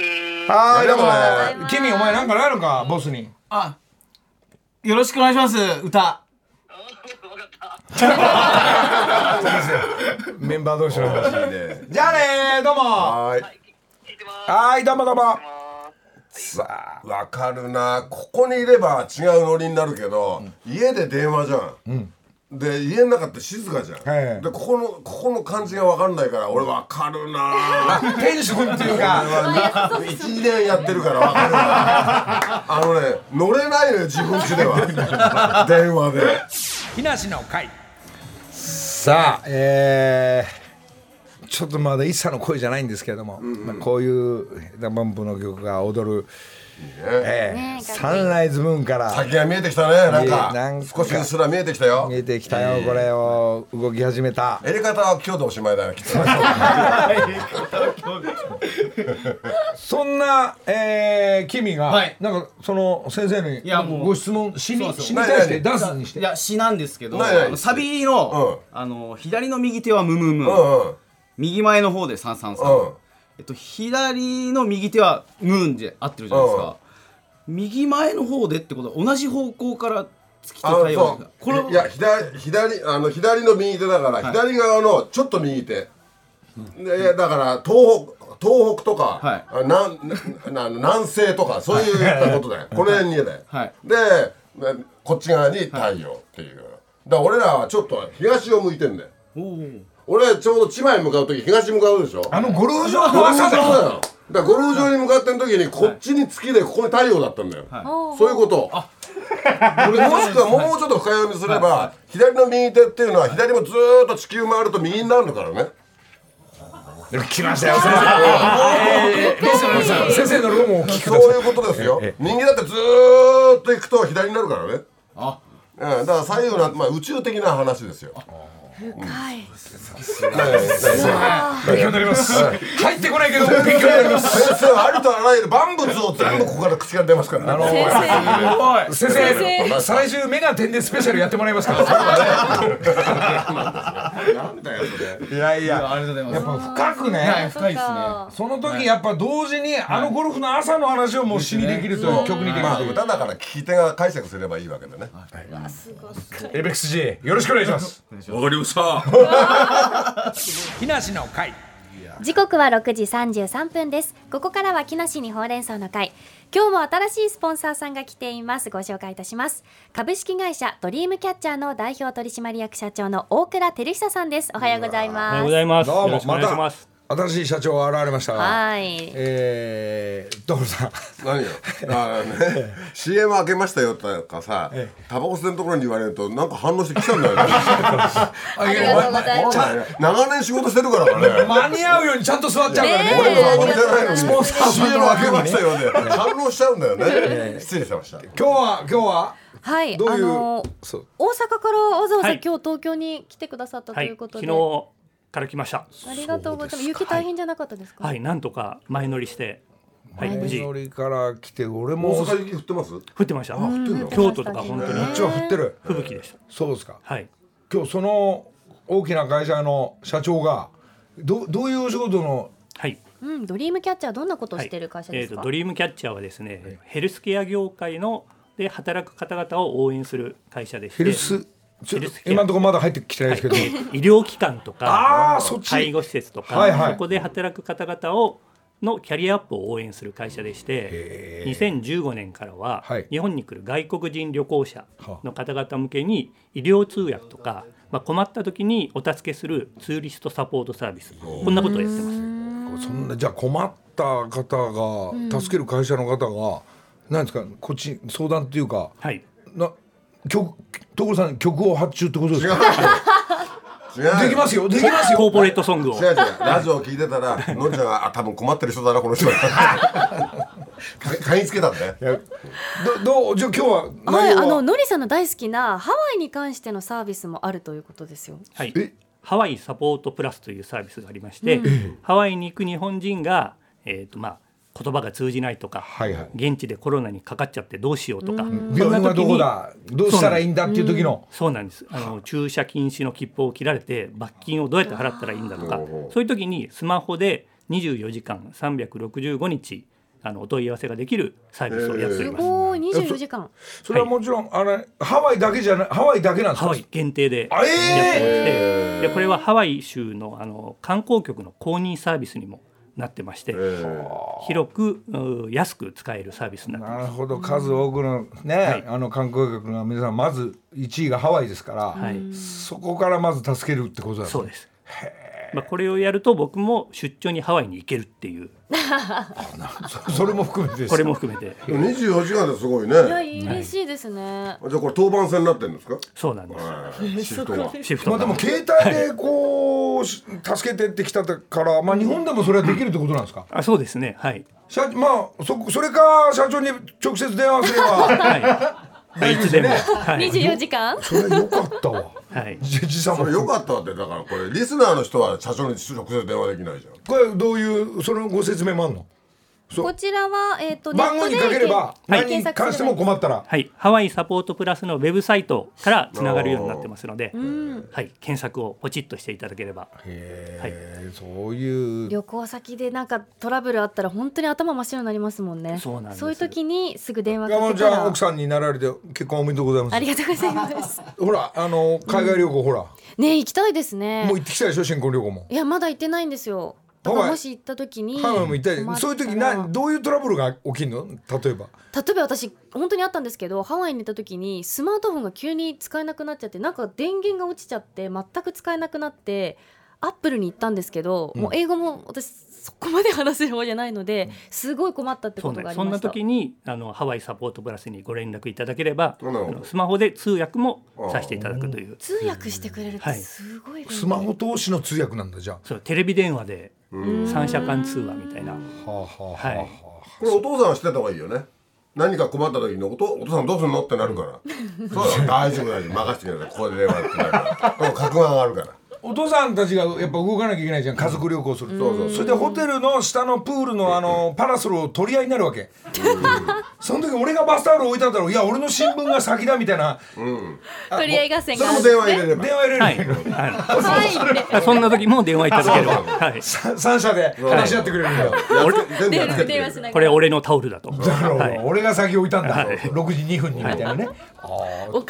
Speaker 2: はーいどう
Speaker 3: あり
Speaker 2: も君お前なんかないのかボスに
Speaker 7: あ、よろしくお願いします。歌。
Speaker 8: わかった。
Speaker 2: メンバー同士の話
Speaker 3: いいね
Speaker 2: じゃあねーどうもは
Speaker 3: はーい
Speaker 8: 聞いてます。
Speaker 2: ーいどうもどうも
Speaker 3: さあわかるなここにいれば違うノリになるけど、家で電話じゃん、で家の中って静かじゃん、
Speaker 2: はい
Speaker 3: でここのここの感じがわかんないから俺わかるな
Speaker 2: テンションっていうか
Speaker 3: 12年やってるからわか るなあのね乗れないのよ自分ちでは電話で
Speaker 2: 木梨の会さあえーちょっとまだ一茶の声じゃないんですけれども、まあ、こういうダバンプの曲が踊る、えーサンライズムーンから
Speaker 3: 先が見えてきたねなん
Speaker 2: いいなん
Speaker 3: か
Speaker 2: か
Speaker 3: 少しうっすら見えてきたよ
Speaker 2: 見えてきたよ、これを動き始めた
Speaker 3: やり方は今日でおしまいだよきっと
Speaker 2: そんな、えー、君が、
Speaker 7: はい
Speaker 2: なんかその先生に
Speaker 7: いやもう
Speaker 2: ご質問しに
Speaker 7: そうそう
Speaker 2: しに対して
Speaker 3: 何
Speaker 2: ダンスにして
Speaker 7: いや詩なんですけど、
Speaker 3: ないない
Speaker 7: あのサビの、あの左の右手はムムム、
Speaker 3: うん
Speaker 7: 右前の方で三三三。
Speaker 3: うん
Speaker 7: えっと左の右手はムーンで合ってるじゃないですか。右前の方でってことは同じ方向から突き
Speaker 3: あの
Speaker 7: と太陽
Speaker 3: そう
Speaker 7: が。これ
Speaker 3: いや左左あの左の右手だから、左側のちょっと右手、でいやだから東北東北とか、
Speaker 7: はい
Speaker 3: あ南なな南西とかそういうことだよ、この辺にだよ、
Speaker 7: はい
Speaker 3: でなこっち側に太陽っていう、だから俺らはちょっと東を向いてんだよ
Speaker 7: おー
Speaker 3: 俺ちょうど千葉に向かう時東向かうでしょ
Speaker 2: あのゴルフ場
Speaker 3: ゴ
Speaker 2: の
Speaker 3: ルフ場
Speaker 2: 朝
Speaker 3: だ
Speaker 2: だ
Speaker 3: よだからゴルフ場に向かってる時にこっちに月でここに太陽だったんだよ、そういうことこれもしく はもうちょっと深読みすれば、左の右手っていうのは左もずーっと地球回ると右になるのからね
Speaker 2: 来ましたよ、先生。えーローマンさん先生のローマンをお聞きく
Speaker 3: そ
Speaker 2: ださ
Speaker 3: う
Speaker 2: い。
Speaker 3: いうことですよ人間だってずーっと行くと左になるからね
Speaker 7: あ
Speaker 3: うん、だから左右な、まあ、宇宙的な話ですよ。深い。先
Speaker 2: 勉強になります。入ってこないけど、勉強になります。
Speaker 3: 生はありとあらゆる万物を全部ここから口から出ますからね。
Speaker 2: 先
Speaker 7: 怖い
Speaker 2: 生、最終メガテンでスペシャルやってもらいますから。
Speaker 6: なんだよそれ
Speaker 2: いやいや、
Speaker 7: ありがとうござ
Speaker 2: や
Speaker 7: い
Speaker 2: っ
Speaker 7: ま
Speaker 2: ぱ深く
Speaker 7: すはい
Speaker 2: ね。
Speaker 7: 深いですね
Speaker 2: その時やっぱ同時にあのゴルフの朝の話をもう詩にできるという曲にできる
Speaker 3: まあ、
Speaker 2: という
Speaker 3: 歌だから聞き手が解釈すればいいわけだね。
Speaker 2: エベックス J よろしくお願いします
Speaker 4: わかりました。
Speaker 2: 木梨の会
Speaker 5: 時刻は6時33分ですここからは木梨にほうれん草の会今日も新しいスポンサーさんが来ていますご紹介いたします株式会社ドリームキャッチャーの代表取締役社長の大倉照久さんですおはようござい
Speaker 9: おはよ
Speaker 5: ま
Speaker 9: うご
Speaker 5: す
Speaker 9: ざいます。
Speaker 2: ど
Speaker 9: よ
Speaker 2: う
Speaker 9: ろ
Speaker 2: も
Speaker 9: しくお
Speaker 2: ま
Speaker 9: 願いしたます。
Speaker 2: 新しい社長が現れましたが
Speaker 5: はい
Speaker 2: えーどうもさん
Speaker 3: 何よ。 あーね、CM 開けましたよとかさ、タバコ吸ってるところに言われると、なんか反応してきたんだよ ね。
Speaker 5: ありがとうございます
Speaker 3: 長年仕事してるからね。
Speaker 2: 間に合うようにちゃんと座っちゃうからね
Speaker 5: ねえ
Speaker 2: 俺もさ
Speaker 3: これじゃないのに。
Speaker 2: スポンサーさん
Speaker 3: CM
Speaker 2: の
Speaker 3: 開け
Speaker 2: 枠
Speaker 3: ま
Speaker 2: に
Speaker 3: し
Speaker 2: ね
Speaker 3: たよで、反応しちゃうんだよね。失礼しました。
Speaker 2: 今日は今日は
Speaker 5: はい
Speaker 2: どう
Speaker 5: あ
Speaker 2: いう
Speaker 5: の
Speaker 2: そう
Speaker 5: 大阪からわざわざ、
Speaker 9: はい
Speaker 5: 今日東京に来てくださったと
Speaker 9: はいい、
Speaker 5: うこ
Speaker 9: 昨
Speaker 5: とで、
Speaker 9: 日から来ました。
Speaker 5: ありがとうございます雪大変じゃなかったですか、
Speaker 9: はい、なんとか前乗りして、はい、無事
Speaker 2: 乗りから来て俺
Speaker 3: 大
Speaker 2: も
Speaker 3: 阪雪降ってます。
Speaker 9: 降ってました。
Speaker 3: んだ
Speaker 9: 京都とか本当に
Speaker 2: 一応振ってる
Speaker 9: 吹雪でした。
Speaker 2: そうですか
Speaker 9: はい。
Speaker 2: 今日その大きな会社の社長がどどういうお仕事の
Speaker 9: はい。
Speaker 5: うん、ドリームキャッチャーどんなことを
Speaker 9: はい
Speaker 5: してる会社です
Speaker 9: えー
Speaker 5: か、
Speaker 9: とドリームキャッチャーはですね、ヘルスケア業界ので働く方々を応援する会社でし
Speaker 2: ヘ
Speaker 9: て、
Speaker 2: ルスちょ
Speaker 9: ヘルスケア
Speaker 2: 今のところまだ入ってきてない
Speaker 9: は
Speaker 2: で
Speaker 9: い
Speaker 2: すけど、
Speaker 9: 医療機関と
Speaker 2: あ
Speaker 9: か
Speaker 2: あそっち
Speaker 9: 介護施設とか、
Speaker 2: はいはい
Speaker 9: そこで働く方々をのキャリアアップを応援する会社でして2015年からは
Speaker 2: はい
Speaker 9: 日本に来る外国人旅行者の方々向けに医療通訳とか、まあ、困った時にお助けするツーリストサポートサービスこんなことをやってます。
Speaker 2: そんなじゃあ困った方が助ける会社の方が、なんですかこっち相談っていうか
Speaker 9: はい
Speaker 2: な曲所さん曲を発注ってことですか
Speaker 3: 違うよ。
Speaker 2: できますよできます
Speaker 9: コ
Speaker 2: よ
Speaker 9: ーポレートソングを
Speaker 3: 違う違うラジオ聞いてたらのりちゃんがあ多分困ってる人だなこの 人はか買い付けたんだよ
Speaker 2: いやどどうじゃあ今日は
Speaker 5: は
Speaker 2: 内
Speaker 5: い、あ
Speaker 2: 容は、
Speaker 5: ののりさんの大好きなハワイに関してのサービスもあるということですよ。
Speaker 9: はい
Speaker 2: え、
Speaker 9: ハワイサポートプラスというサービスがありまして、ハワイに行く日本人が、えーとまあ、言葉が通じないとか、
Speaker 2: はいはい
Speaker 9: 現地でコロナにかかっちゃってどうしようとか、そん
Speaker 2: 病
Speaker 9: な
Speaker 2: 院は
Speaker 9: 時
Speaker 2: どこ
Speaker 9: に
Speaker 2: だどうしたらいいんだっていう時の
Speaker 9: そうなんですあの注射禁止の切符を切られて罰金をどうやって払ったらいいんだとかそういう時にスマホで24時間365日あのお問い合わせができるサービスをやっております。
Speaker 5: おお、二十四時間。
Speaker 2: それはもちろん、あれハワイだけじゃないハワイだけなんです
Speaker 9: ハ
Speaker 2: か
Speaker 9: ワイ限定でやって
Speaker 2: あ
Speaker 9: まし
Speaker 2: え
Speaker 9: て、
Speaker 2: え
Speaker 9: でこれはハワイ州のあの観光局の公認サービスにもなってまして、広くう安く使えるサービスになって
Speaker 2: な
Speaker 9: ま
Speaker 2: る
Speaker 9: す。
Speaker 2: ほど数多くのね、あの観光客が皆さんまず1位がハワイですから、
Speaker 9: い
Speaker 2: そこからまず助けるってことだ
Speaker 9: そうです。まあこれをやると僕も出張にハワイに行けるっていう
Speaker 2: すそれ も含めてです
Speaker 9: これも含めて
Speaker 3: でも24時間ですごいね
Speaker 5: いや、嬉しいですね。
Speaker 3: じゃあこれ当番制になってるんですか
Speaker 9: そうなんです。
Speaker 3: シフトは
Speaker 9: シフト
Speaker 2: ま
Speaker 9: が
Speaker 2: あでも携帯でこう、し助けてってきたから、まあ、日本でもそれはできるってことなんですか、
Speaker 9: あそうですねはい
Speaker 2: 社まあそそれか社長に直接電話す れば
Speaker 9: はいいつでも は
Speaker 5: 二
Speaker 9: い
Speaker 5: 十四時間。
Speaker 2: それよかったわ
Speaker 9: はい
Speaker 2: じじさん
Speaker 3: こ
Speaker 2: も
Speaker 3: れよかったってだからこれリスナーの人は社長に直接電話できないじゃん
Speaker 2: これどういうそのご説明もあんの
Speaker 5: こちらは、えっ、と、
Speaker 2: 番号にかければ
Speaker 5: ネッ
Speaker 2: 何
Speaker 5: トで検
Speaker 2: に
Speaker 5: 索
Speaker 2: 関し
Speaker 5: す
Speaker 2: て
Speaker 5: れば
Speaker 2: も困ったら
Speaker 9: はいハワイサポートプラスのウェブサイトからつながるようになってますので、はい検索をポチッとしていただければはい
Speaker 2: えーそういう
Speaker 5: 旅行先でなんかトラブルあったら本当に頭真っ白になりますもんね。
Speaker 9: そうなんです
Speaker 5: いう時にすぐ電話
Speaker 2: いやも
Speaker 5: か
Speaker 2: う
Speaker 5: け
Speaker 2: じ
Speaker 5: た
Speaker 2: ゃあ
Speaker 5: ら
Speaker 2: 奥。さんになられて結婚おめでとうございま
Speaker 5: あ
Speaker 2: す
Speaker 5: りがとうございます。
Speaker 2: ほらあの海外旅行ほら、
Speaker 5: ね、行きたいですね
Speaker 2: もう。行ってきたでしょ新婚旅行も
Speaker 5: いや、まだ行ってないんですよ。だからもし行った時に。
Speaker 2: ハワイも行ったり
Speaker 5: 困たら
Speaker 2: そういう時などういうトラブルが起きるの例えば
Speaker 5: 例えば私本当にあったんですけどハワイにいた時にスマートフォンが急に使えなくなっちゃってなんか電源が落ちちゃって全く使えなくなってアップルに行ったんですけど、もう英語も私そこまで話せる方じゃないので、すごい困ったって
Speaker 9: そ
Speaker 5: こ
Speaker 9: う
Speaker 5: と
Speaker 9: な
Speaker 5: があ
Speaker 9: んで
Speaker 5: り
Speaker 9: すそん
Speaker 5: ま
Speaker 9: な
Speaker 5: した。
Speaker 9: 時にあのハワイサポートプラスにご連絡いただければあ
Speaker 3: なるほど
Speaker 9: のスマホで通訳もさせていただくという
Speaker 5: 通訳してくれるって
Speaker 9: はい
Speaker 5: すごい便利、
Speaker 2: スマホ通しの通訳なんだじゃあ。
Speaker 9: そうテレビ電話で三者間通話みたいな
Speaker 2: はあはあはあ
Speaker 9: はい
Speaker 3: これお父さんは知ってた方がいいよね何か困った時にお父お父さんどうするのってなるからそうだ大丈夫大丈夫任せてくださいここで電話ってなるからでも格が上がるから
Speaker 2: お父さんたちがやっぱ動かなきゃいけないじゃん家族旅行するとそれでホテルの下のプールのあのパラソルを取り合いになるわけその時俺がバスタオル置いたんだろういや俺の新聞が先だみたいな
Speaker 5: 取り合い合戦
Speaker 3: そ
Speaker 5: が
Speaker 3: れ
Speaker 5: ある
Speaker 3: も
Speaker 5: ん
Speaker 3: 電
Speaker 5: です
Speaker 3: 話入れ
Speaker 5: ね。
Speaker 3: れば
Speaker 2: 電話入
Speaker 9: は
Speaker 2: れ
Speaker 9: い
Speaker 2: るのよ
Speaker 9: は
Speaker 5: はいって。
Speaker 9: いそんな時も電話いただければはい
Speaker 2: さ三者で話し合ってくれるんだよ
Speaker 3: 全部やっ
Speaker 5: 電
Speaker 3: つ
Speaker 5: 話
Speaker 3: けてく
Speaker 5: 電
Speaker 3: れ
Speaker 5: 話
Speaker 3: る
Speaker 5: しなが
Speaker 9: こ
Speaker 5: ら
Speaker 9: れ俺のタオルだと
Speaker 2: だから
Speaker 9: はい
Speaker 2: 俺が先置いたんだ6時2分にみたいなねあ
Speaker 5: お買い物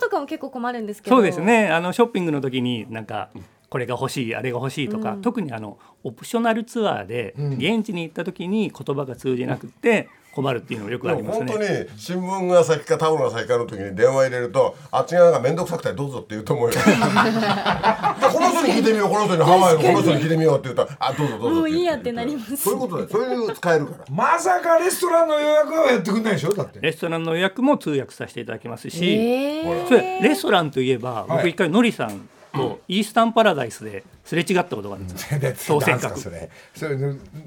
Speaker 5: とかも結構困るんですけど。
Speaker 9: そうです。ねあのショッピングの時になんかこれが欲しいあれが欲しいとか、特にあのオプショナルツアーで現地に行った時に言葉が通じなくて困るっていうのもよくあります
Speaker 3: 本
Speaker 9: ね。
Speaker 3: 当に新聞が先かタオルが先かの時に電話入れるとあっち側が面倒くさくてどうぞって言うと思うよだからこの人に聞いてみようこの人にハワイのこの人に聞いてみようって言ったらあどうぞどうぞ
Speaker 5: もう
Speaker 3: て言
Speaker 5: いいやってなります
Speaker 3: そういうことだよそういう使えるから
Speaker 2: あまさかレストランの予約はやってくんないでしょだって
Speaker 9: レストランの予約も通訳させていただきますし、
Speaker 5: えー
Speaker 9: それレストランといえば、
Speaker 2: は
Speaker 9: 僕
Speaker 2: い
Speaker 9: 一回のりさんとイースタンパラダイスですれ違ったことがあるんです よ、当選
Speaker 2: なん
Speaker 9: 確
Speaker 2: すかそれそれ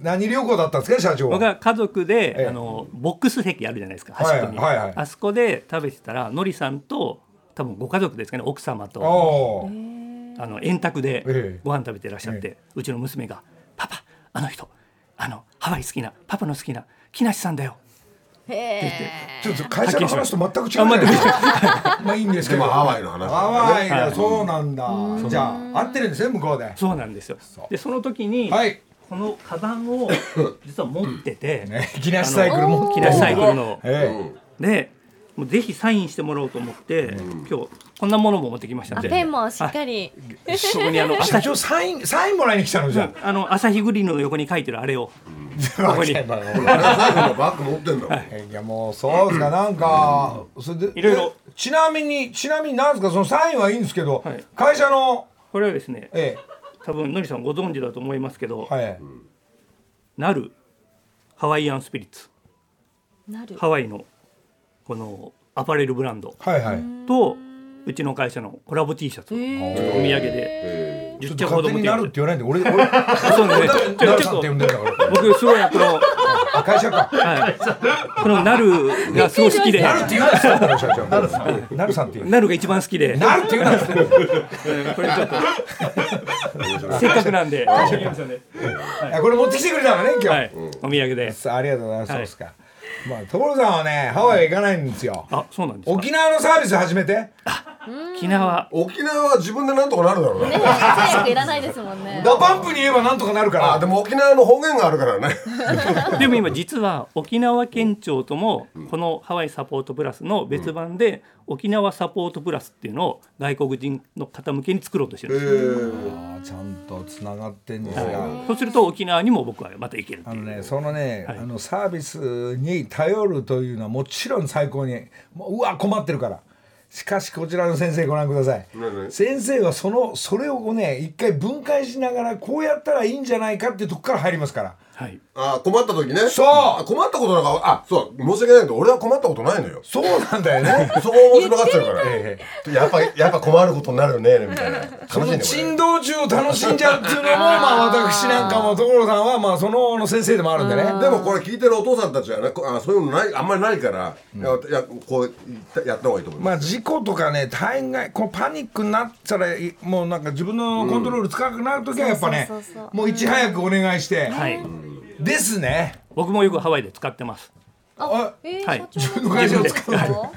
Speaker 2: 何旅行だったんですか社長
Speaker 9: 僕
Speaker 2: は
Speaker 9: が家族で、
Speaker 2: ええ
Speaker 9: あのボックス席あるじゃないですか端っこに、
Speaker 2: はいはいはい
Speaker 9: あそこで食べてたらのりさんと多分ご家族ですかね奥様
Speaker 2: あ
Speaker 9: と
Speaker 2: あ
Speaker 9: あの円卓
Speaker 2: ええ
Speaker 9: でご飯食べてらっしゃって、うちの娘が「パパあの人あのハワイ好きなパパの好きな木梨さんだよ」
Speaker 2: ちょっと会社の話と全く違うじゃないですか。 まあいいんですけ
Speaker 3: で
Speaker 2: ど。
Speaker 3: もハワイの話だ
Speaker 2: ハ
Speaker 3: からね
Speaker 2: ワイだ、そうなんだ。じゃあ、合ってるんですね、向こうで。
Speaker 9: そうなんですよでその時に、
Speaker 2: はい。
Speaker 9: このカバ ンを実は持ってて、
Speaker 2: ね、木梨サイクルも。
Speaker 9: 木梨サイクルの
Speaker 2: え
Speaker 9: でもうぜひサインしてもらおうと思って、今日こんなものも持ってきましたん
Speaker 5: あ
Speaker 9: で
Speaker 5: ペンもしっかり。
Speaker 9: はいそこにあの
Speaker 2: え。社
Speaker 9: 朝日
Speaker 2: 長サイン、サインもらいに来たのじゃ
Speaker 9: あの朝日グリーンの横に書いてるあれを
Speaker 2: あ。
Speaker 9: ここに
Speaker 2: わかんない
Speaker 3: 最後のバッグ持ってんだもん
Speaker 2: いや、もう、そうですか、なんか。それで。
Speaker 9: いろいろ
Speaker 2: え。ちなみに、ちなみに、なんですか、そのサインはいいんですけど
Speaker 9: はい。
Speaker 2: 会社の。
Speaker 9: これはですね
Speaker 2: え
Speaker 9: 多分のりさんご存知だと思いますけど、
Speaker 2: え。はい。
Speaker 9: なるハワイアンスピリッツ
Speaker 5: なる。
Speaker 9: ハワイのこのアパレルブランド
Speaker 2: はいはい。
Speaker 9: とうちの会社のコラボ T シャツをちょっとお土産で
Speaker 2: ちょっ
Speaker 9: 10
Speaker 2: と
Speaker 9: 着ほ
Speaker 2: 勝
Speaker 9: ど
Speaker 2: 手
Speaker 9: 持っ
Speaker 2: に
Speaker 9: てき
Speaker 2: な
Speaker 9: ま
Speaker 2: るっ
Speaker 9: して
Speaker 2: 言わないで、俺、俺。
Speaker 9: たそうですねち
Speaker 2: な
Speaker 9: ょ
Speaker 2: る
Speaker 9: ち
Speaker 2: さん
Speaker 9: ょ
Speaker 2: っ呼ん
Speaker 9: ってと
Speaker 2: でるんだから。
Speaker 9: 僕すごい この
Speaker 2: あ会社か。
Speaker 9: はい、このなるがすごい好きで、
Speaker 2: なるって言うなっつったんだから、社長。なるさん。なるさんって言う。
Speaker 9: なるが一番好きで、
Speaker 2: なるって言うなっつって。
Speaker 9: これちょっとせっかくなんで、会社に行きますよね
Speaker 2: あこれ持ってきてくれたのね今日、
Speaker 9: はい、お土産で。
Speaker 2: さあありがとうございます、
Speaker 9: はい
Speaker 2: そうですかまあ所さんはねハワイは行かないんですよ、
Speaker 9: あ、そうなんですか。
Speaker 2: 沖縄のサービス始めて
Speaker 9: 沖縄、
Speaker 3: 沖縄は自分でなんとかなるだろうな
Speaker 5: 早くいらないですもんね。
Speaker 2: ダパンプに言えばなんとかなるか
Speaker 3: あで
Speaker 2: ら
Speaker 3: も沖縄の方言があるからね
Speaker 9: でも今実は沖縄県庁ともこのハワイサポートプラスの別版で沖縄サポートプラスっていうのを外国人の方向けに作ろうとしてるんですよ。
Speaker 2: あちゃんとつながってんですよ、
Speaker 9: そうすると沖縄にも僕はまた行けるって
Speaker 2: あ
Speaker 9: い
Speaker 2: の
Speaker 9: う。
Speaker 2: ね、そのね、あのサービスに頼るというのはもちろん最高にもううわ困ってるからしかしこちらの先生ご覧ください、
Speaker 3: 何々
Speaker 2: 先生はそのそれをこうね一回分解しながらこうやったらいいんじゃないかっていうとこから入りますから
Speaker 9: はい。
Speaker 3: あ困った時ね
Speaker 2: そう
Speaker 3: あ困ったことなんかあそう申し訳ないけど俺は困ったことないのよ
Speaker 2: そうなんだよね
Speaker 3: そこが面白がってるから
Speaker 2: え
Speaker 3: やっぱやっぱ困ることになるよねみたいな
Speaker 2: そ
Speaker 3: 楽しい
Speaker 2: の
Speaker 3: ねこれ
Speaker 2: 珍道中を楽しんじゃうっていうのもまあ私なんかも所さんはまあそのの先生でもあるんでね
Speaker 3: でもこれ聞いてるお父さんたちはねこあそういうのないあんまりないから、ややこうやった方がいいと思います、
Speaker 2: まあ事故とかね大概こうパニックになったらいもうなんか自分のコントロールつかなくなる時はやっぱね
Speaker 5: そうそうそうそう
Speaker 2: もういち早くお願いして
Speaker 9: はい。
Speaker 2: ですね
Speaker 9: 僕もよくハワイで使ってます。
Speaker 2: あ
Speaker 5: え
Speaker 9: はい
Speaker 5: ー、社
Speaker 2: の
Speaker 5: 長
Speaker 2: 会社を使う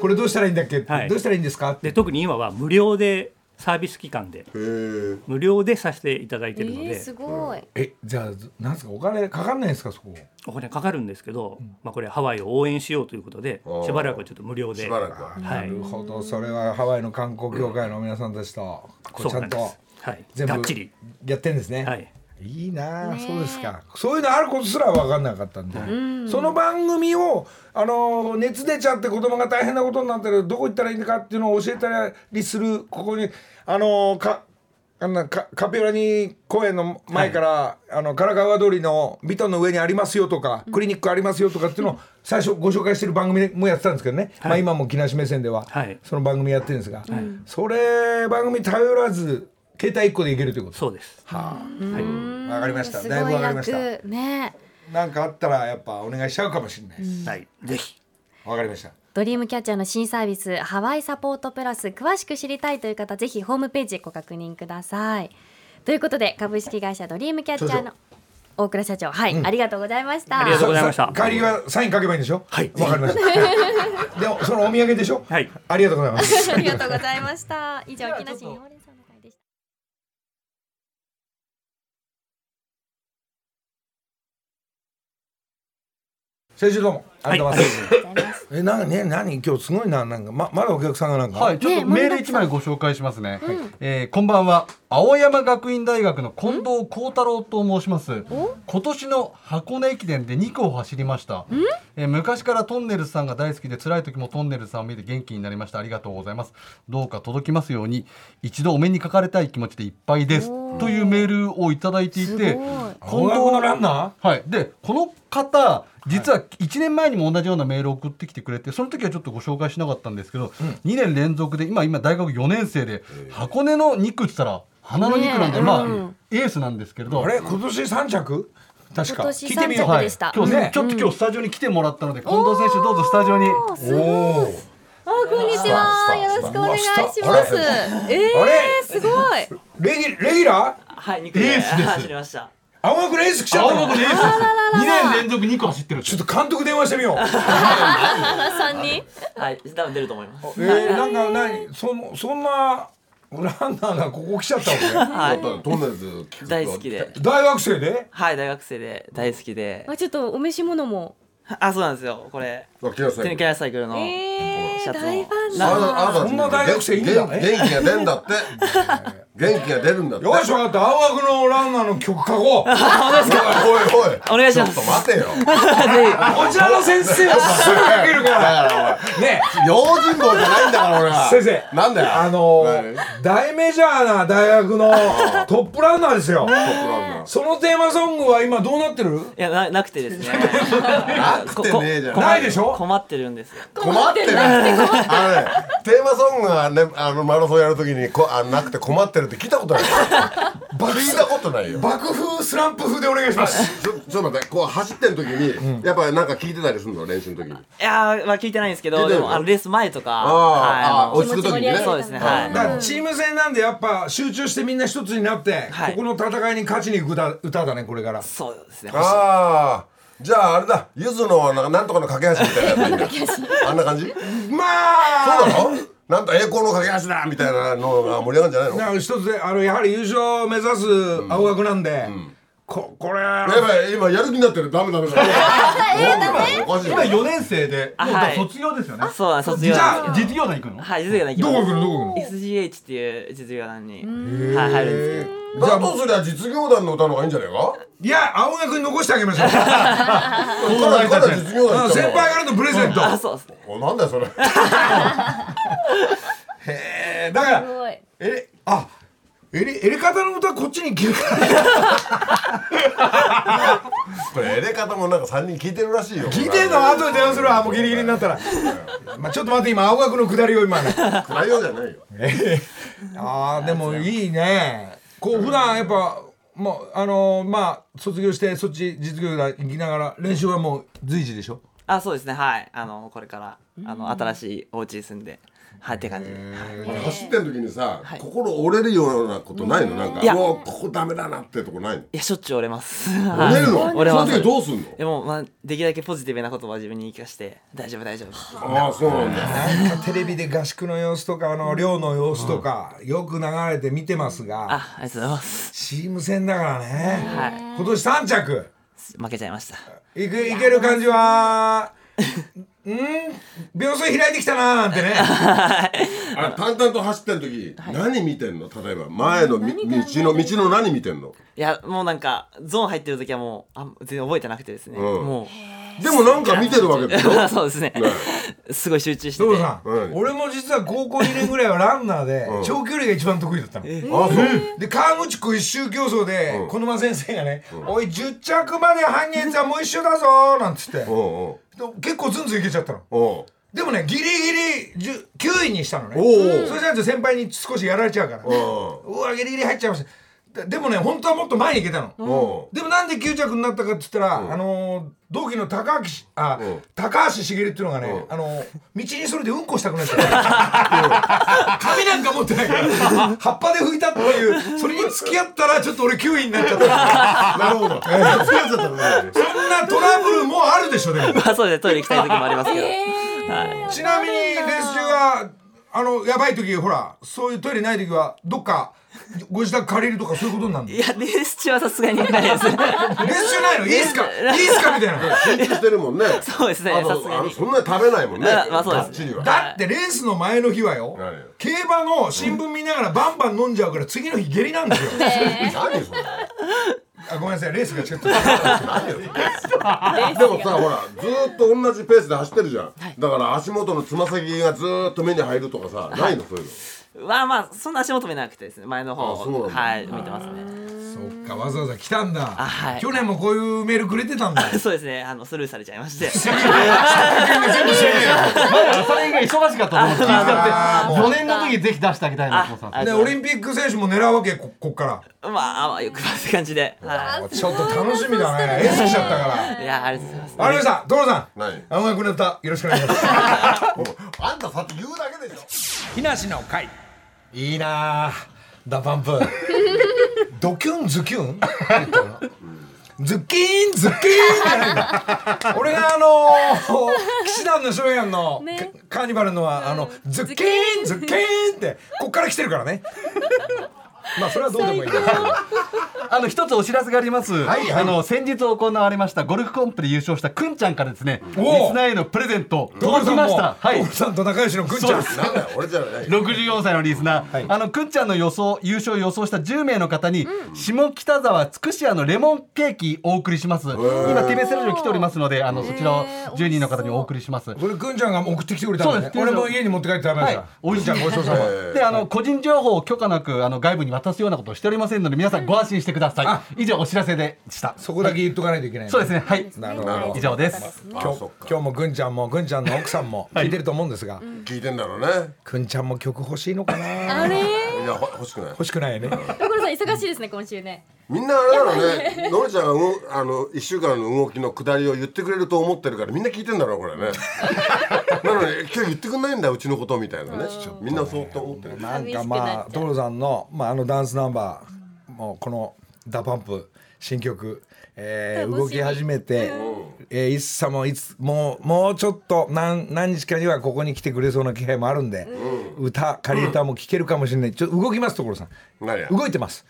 Speaker 2: これどうしたらいいんだっけ
Speaker 9: はい
Speaker 2: どうしたらいいんですかって
Speaker 9: で特に今は無料でサービス期間で
Speaker 3: へえ
Speaker 9: 無料でさせていただい
Speaker 5: え
Speaker 9: てるの
Speaker 5: ー、
Speaker 9: で、
Speaker 5: すごい。
Speaker 2: えじゃあなんですかお金かかんないんですかそこ
Speaker 9: お金かかるんですけど、まあ、これハワイを応援しようということで
Speaker 3: ー
Speaker 9: しばらくはちょっと無料で
Speaker 3: しばらくは
Speaker 9: は
Speaker 2: ないるほどそれはハワイの観光協会の皆さんたちとこう
Speaker 9: そ
Speaker 2: ち
Speaker 9: う
Speaker 2: ゃ
Speaker 9: なん
Speaker 2: ん
Speaker 9: で
Speaker 2: と
Speaker 9: すはい
Speaker 2: 全
Speaker 9: がっ
Speaker 2: 部
Speaker 9: ちり
Speaker 2: やってんですね
Speaker 9: はい
Speaker 2: いいなあ、そうですかそういうのあることすら分かんなかったんで、その番組をあのー熱出ちゃって子供が大変なことになってるどこ行ったらいいのかっていうのを教えたりするここにあのーかあんなカカピオラニ公園の前から、あの唐川通りのビトンの上にありますよとか、クリニックありますよとかっていうのを最初ご紹介してる番組でもやってたんですけどね、まあ、今も木梨目線では、その番組やってるんですが、それ番組頼らず携帯一個でいけるということ
Speaker 9: そうです
Speaker 2: は
Speaker 5: うん
Speaker 2: あわかりました
Speaker 5: す
Speaker 2: だい
Speaker 5: ご
Speaker 2: ぶ
Speaker 5: い
Speaker 2: わかりました
Speaker 5: 楽ね
Speaker 2: なんかあったらやっぱお願いしちゃうかもしれないです、
Speaker 9: はいぜひ
Speaker 2: わかりました
Speaker 5: ドリームキャッチャーの新サービスハワイサポートプラス詳しく知りたいという方ぜひホームページご確認くださいということで株式会社ドリームキャッチャーの大倉社長はい、ありがとうございました
Speaker 9: ありがとうございました
Speaker 2: ささ帰りはサイン書けばいいんでしょはいわかりました でもそのお土産でしょ
Speaker 9: はい
Speaker 2: ありがとうございます
Speaker 5: ありがとうございました。以上、木梨にほうれん草の会でした。
Speaker 2: 先週どうもありがとうございます、
Speaker 5: ありがとうございます。
Speaker 2: えなんかね何今日すごいななんかままだお客さんがなんか、
Speaker 10: はい、ちょっ
Speaker 5: ね
Speaker 10: とメール一枚ご紹介しますね。えーこんばんは、青山学院大学の近藤幸太郎と申します。今年の箱根駅伝で2区を走りました。えー昔からトンネルズさんが大好きで、辛い時もトンネルズさんを見て元気になりました。ありがとうございます。どうか届きますように、一度お目にかかれたい気持ちでいっぱいです。というメールをいただいてい
Speaker 5: すご
Speaker 10: て、
Speaker 5: い。
Speaker 2: 近藤のランナ
Speaker 10: はい、でこの方実は1年前にも同じようなメールを送ってきてくれてその時はちょっとご紹介しなかったんですけど、2年連続で今今大学4年生で箱根の2区って言ったら花の2区なん
Speaker 5: ね
Speaker 10: で、
Speaker 5: え
Speaker 10: まあ、
Speaker 5: うん
Speaker 10: エースなんですけれど
Speaker 2: ーあれ今年三着確
Speaker 5: 今
Speaker 2: か
Speaker 5: 年
Speaker 2: 聞いて
Speaker 5: 三
Speaker 2: みよう
Speaker 5: 着でした。
Speaker 10: 今日、
Speaker 2: ね
Speaker 10: ちょっと今日スタジオに来てもらったので近藤選手どうぞスタジオに
Speaker 5: おーすごいあ、こんにちは。よろしくお願いします。え
Speaker 2: あれ
Speaker 5: え、すごい。
Speaker 2: レギレギュラー
Speaker 11: はい、肉で走りました。
Speaker 2: 青学レース来ちゃっ
Speaker 10: 青
Speaker 2: たの
Speaker 10: 学のエースです2年連続2区走ってるんです
Speaker 2: ちょ
Speaker 10: よ
Speaker 2: っと監督電話してみようえ
Speaker 5: 原さんに。
Speaker 11: はい、多分出ると思います。
Speaker 2: ー、なんか何そのそんなランナーがここ来ちゃったわけ
Speaker 11: はい、
Speaker 3: トンネルズ聞くと
Speaker 11: 大好き で。
Speaker 2: 大学生で
Speaker 11: はい、大学生で大好きで。
Speaker 5: あ、ちょっとお召し物も。
Speaker 11: あ、そうなんですよ。これ、
Speaker 3: あ来なさ
Speaker 11: テニ
Speaker 3: い
Speaker 11: キャラサイクルの。
Speaker 5: ええ、
Speaker 11: シャツも
Speaker 5: 大ファン
Speaker 3: あなたあ
Speaker 5: だ。
Speaker 3: なた
Speaker 2: そんな大学生いるんだ
Speaker 3: 元
Speaker 2: ね
Speaker 3: 気が出るんだ って元気が出るんだって
Speaker 2: よし分かった青学のランナーの曲書こ
Speaker 3: おいお
Speaker 2: う
Speaker 3: い
Speaker 11: お願いしま
Speaker 3: ち
Speaker 11: す
Speaker 3: ょっと待てよ
Speaker 2: こちらの先生はすぐ書けるか
Speaker 3: だか
Speaker 2: ら
Speaker 3: ら
Speaker 2: ね
Speaker 3: お前用心棒じゃないんだから俺は
Speaker 2: 先生
Speaker 3: なんだよ
Speaker 2: あのー
Speaker 3: 何
Speaker 2: 大メジャーな大学のトップランナーですよ
Speaker 3: なんだ
Speaker 2: そのテーマソングは今どうなってる
Speaker 11: いや、な、なくてですね。
Speaker 3: なくてねえじゃん
Speaker 2: ないでしょ
Speaker 11: 困ってるんですよ。
Speaker 3: 困ってるあのねテーマソングがねあのマラソンやるときにこあなくて困ってるって聞いた ことない聞いたことないよ
Speaker 2: 爆風スランプ風でお願いします
Speaker 3: ちょちょっと待ってこう走ってる時にやっぱなんか聞いてたりするの練習の時に
Speaker 11: いやー、まあ、聞いてないんですけ
Speaker 3: 聞い
Speaker 11: ど、
Speaker 3: てな
Speaker 11: で
Speaker 3: い
Speaker 11: も、あの、レース前とか。はいあ
Speaker 3: あーあー
Speaker 11: の
Speaker 3: 落ち着く時にね
Speaker 11: そうですね。は
Speaker 2: だか
Speaker 11: い。
Speaker 2: らチーム戦なんでやっぱ集中してみんな一つになって、
Speaker 11: はい
Speaker 2: ここの戦いに勝ちに行く歌歌だねこれから
Speaker 11: そうですね。
Speaker 3: ああじゃああれだゆずのなんかなんとかの架け橋みたいなやつあんな感じ
Speaker 2: まあ
Speaker 3: そうなのなんと栄光の架け橋だみたいなのが盛り上がるんじゃないの
Speaker 2: だから一つであのやはり優勝を目指す青学なんで、ここれ
Speaker 3: やばい今やる気になってるダメダメダメおかしい
Speaker 10: 今4年生で
Speaker 11: あ
Speaker 10: もうだから
Speaker 11: はい
Speaker 10: 卒業ですよね、
Speaker 11: そうなん、卒業
Speaker 2: じ
Speaker 11: なん
Speaker 2: ゃ
Speaker 11: です
Speaker 2: あ
Speaker 11: け
Speaker 10: 実業団行くの
Speaker 11: ど。はい、実業団行き
Speaker 2: ど
Speaker 11: ま
Speaker 2: こ
Speaker 11: す。
Speaker 2: 行くのどこ行くの
Speaker 11: SGH っていう実業団に、はい、入るんですけど。
Speaker 3: だとすりゃ実業団の歌の方がいいんじゃないか
Speaker 2: いや青学に残してあげま しょう
Speaker 3: かなりかなり実業団行
Speaker 2: うん
Speaker 3: った
Speaker 2: 先輩からのプレゼント
Speaker 11: あ、そうですね。
Speaker 3: おなんだよそれ
Speaker 2: へえだか
Speaker 5: す
Speaker 2: ら
Speaker 5: ごい。
Speaker 2: えれあえりえり方の歌こっちに消えた
Speaker 3: これエレ方もなんか三人聞いてるらしいよ
Speaker 2: 聞いてんの後で電話するわもうギリギリになったらまあちょっと待って今青学の下りを今 ね
Speaker 3: 暗いようじゃないよ
Speaker 2: あーでもいいねこう普段やっぱもうあのーまあ卒業してそっち実業団行きながら練習はもう随時でしょ
Speaker 11: あ、そうですね。はい。あの、これから、あの、新しいお家に住んで、はい、って感じで。
Speaker 3: 走ってる時にさ心折れるようなことないのなんか
Speaker 11: いや
Speaker 3: もうここダメだなってとこないの
Speaker 11: いや、しょっちゅう折れます。
Speaker 3: 折れるの
Speaker 11: 折れ
Speaker 3: その
Speaker 11: ます
Speaker 3: 時どうすんの
Speaker 11: でも、まあ、できるだけポジティブな言葉を自分に言い聞かせて、大丈夫、大丈夫。
Speaker 3: ああそうなんだ
Speaker 2: なんかテレビで合宿の様子とかあの寮の様子とかよく流れて見てますが
Speaker 11: あ、ありがとうございます。
Speaker 2: チーム戦だから
Speaker 11: は
Speaker 2: ね
Speaker 11: い
Speaker 2: 今年3着
Speaker 11: 負けちゃいました。
Speaker 2: いくいける感じはうん秒数開いてきたなーなんてね
Speaker 3: あれ淡々と走ってる時何見てんの例えば前のみ道の道の何見てんの
Speaker 11: いや、もうなんか、ゾーン入ってる時はもう、あ全然覚えてなくてですね。
Speaker 3: うん
Speaker 11: もう、
Speaker 3: でもなんか見てるわけでしょ
Speaker 11: そうですね。すごい集中してて。
Speaker 2: 俺も実は高校2年ぐらいはランナーで
Speaker 11: うん
Speaker 2: 長距離が一番得意だったの。
Speaker 3: あそう
Speaker 2: で川口区一周競争で小沼先生がね「おい10着まで半月はもう一周だぞ」なんつって結構ズンズンいけちゃったの。でもねギリギリ9位にしたのね。
Speaker 3: おう
Speaker 2: それじゃないと先輩に少しやられちゃうから。
Speaker 3: お
Speaker 2: うわギリギリ入っちゃいましたででもね本当はもっと前に行けたのでもなんで9着になったかって言ったら、あのー同期の高橋しあ高橋茂っていうのがね、あのー道にそれでうんこしたくなっちゃう髪なんか持ってないから 葉っぱで拭いたっていうそれに付き合ったらちょっと俺9位に なっちゃった
Speaker 3: なるほど
Speaker 2: ええ付き合っちゃったのねそんなトラブルもあるでしょでも
Speaker 11: まあそうですね。トイレ行きたい時もありますけ ど。はい。
Speaker 2: ちなみに練習はあのやばい時ほらそういうトイレない時はどっかご自宅借りるとかそういうことになるのいや
Speaker 11: レース中はさすがにないです
Speaker 2: 練 習ないのいいっすかいいっすかみたいな
Speaker 3: 集中してるもんね
Speaker 11: そうですね
Speaker 3: あ
Speaker 11: さすがに
Speaker 3: とあのそんなに食べないもんね
Speaker 11: あ まあそうです
Speaker 3: がっちりは
Speaker 2: だってレースの前の日はよ競馬の新聞見ながらバンバン飲んじゃうから次の日下痢なんですよ
Speaker 3: 何それ
Speaker 2: あごめんなさいレースが違った
Speaker 3: でも さほらずーっと同じペースで走ってるじゃん、だから足元のつま先がずーっと目に入るとかさないのそういうの
Speaker 11: まあまあそんな足元見なくてですね。前の
Speaker 3: あそうな
Speaker 11: 方
Speaker 3: んだ
Speaker 11: はい見てますね。
Speaker 2: そっかわざわざ来たんだ、
Speaker 11: はい
Speaker 2: 去年もこういうメールくれてたんだ
Speaker 11: そうですね。あのスルーされちゃいまして。
Speaker 10: それ以外忙しかったと思って気遣って4年の時ぜひ出してあげたいなと思ってたん
Speaker 2: で
Speaker 10: です
Speaker 2: オリンピック選手も狙うわけここっから
Speaker 11: まあまあよくばって感じで。はい。
Speaker 2: ちょっと楽しみだね。エースしちゃったから。
Speaker 11: いやありがとうございます。
Speaker 2: ありました。所さん。
Speaker 3: 何
Speaker 2: あんまりこの歌よろしくお願いします。
Speaker 3: あんたさって言うだけでしょ
Speaker 2: 木梨の会。いいなあ。ダパンプ。ドキュンズキュン。ズッキーンズッキーンじゃないん だ。俺があのー、騎士団の翔やんの、カーニバルのはあのズッキーンズッキーンってこっから来てるからね。まあそれはどうでもいいですけど。
Speaker 10: あの一つお知らせがあります、
Speaker 2: はい
Speaker 10: あの先日行われましたゴルフコンプで優勝したくんちゃんからですねリス
Speaker 2: おお
Speaker 10: ナーへのプレゼント
Speaker 2: 所さん
Speaker 10: 届き
Speaker 2: も
Speaker 10: ましたはい
Speaker 2: 所さんと仲良しのくんちゃん
Speaker 10: そうです
Speaker 3: なんだよ俺じゃない
Speaker 10: 64歳のリスナー、あのくんちゃんの予想優勝を予想した10名の方に、下北沢つくし屋のレモンケーキお送りします今 TBS ラジオ来ておりますのであのそちらを10人の方にお送りします
Speaker 2: これくんちゃんが送ってきてくれたんだね
Speaker 10: そうです
Speaker 2: 俺も家に持って帰って食べました、
Speaker 10: おい
Speaker 2: くんちゃんごちそうさま
Speaker 10: であの個人情報を許可なくあの外部に渡すようなことをしておりませんので皆さんご安心してください以上お知らせでした
Speaker 2: そこだけ言っとかないといけないね
Speaker 10: そうですねはい
Speaker 2: なるほど
Speaker 10: 以上です
Speaker 2: 今日今日もぐんちゃんもぐんちゃんの奥さんも聞いてると思うんですが、
Speaker 3: 聞いてんだろうね
Speaker 2: くんちゃんも曲欲しいのかな
Speaker 5: あれ
Speaker 3: いやほ欲しくない
Speaker 2: 欲しくないよね
Speaker 5: 所さん忙しいですね今週ね
Speaker 3: みんなあれだろうねのりちゃんがうんあの1週間の動きの下りを言ってくれると思ってるからみんな聞いてんだろうこれ ねなのに今日言ってくんないんだうちのことみたいなねみんなそうと思ってる
Speaker 2: なんかまあドロさんの、まあ、あのダンスナンバーもうこの「ダパンプ新曲、えー動き始めて、えー、いっさもいつもうもうちょっと何何日かにはここに来てくれそうな気配もあるんで、歌仮歌も聴けるかもしれないちょっと動きます所さん
Speaker 3: 何や
Speaker 2: 動いてます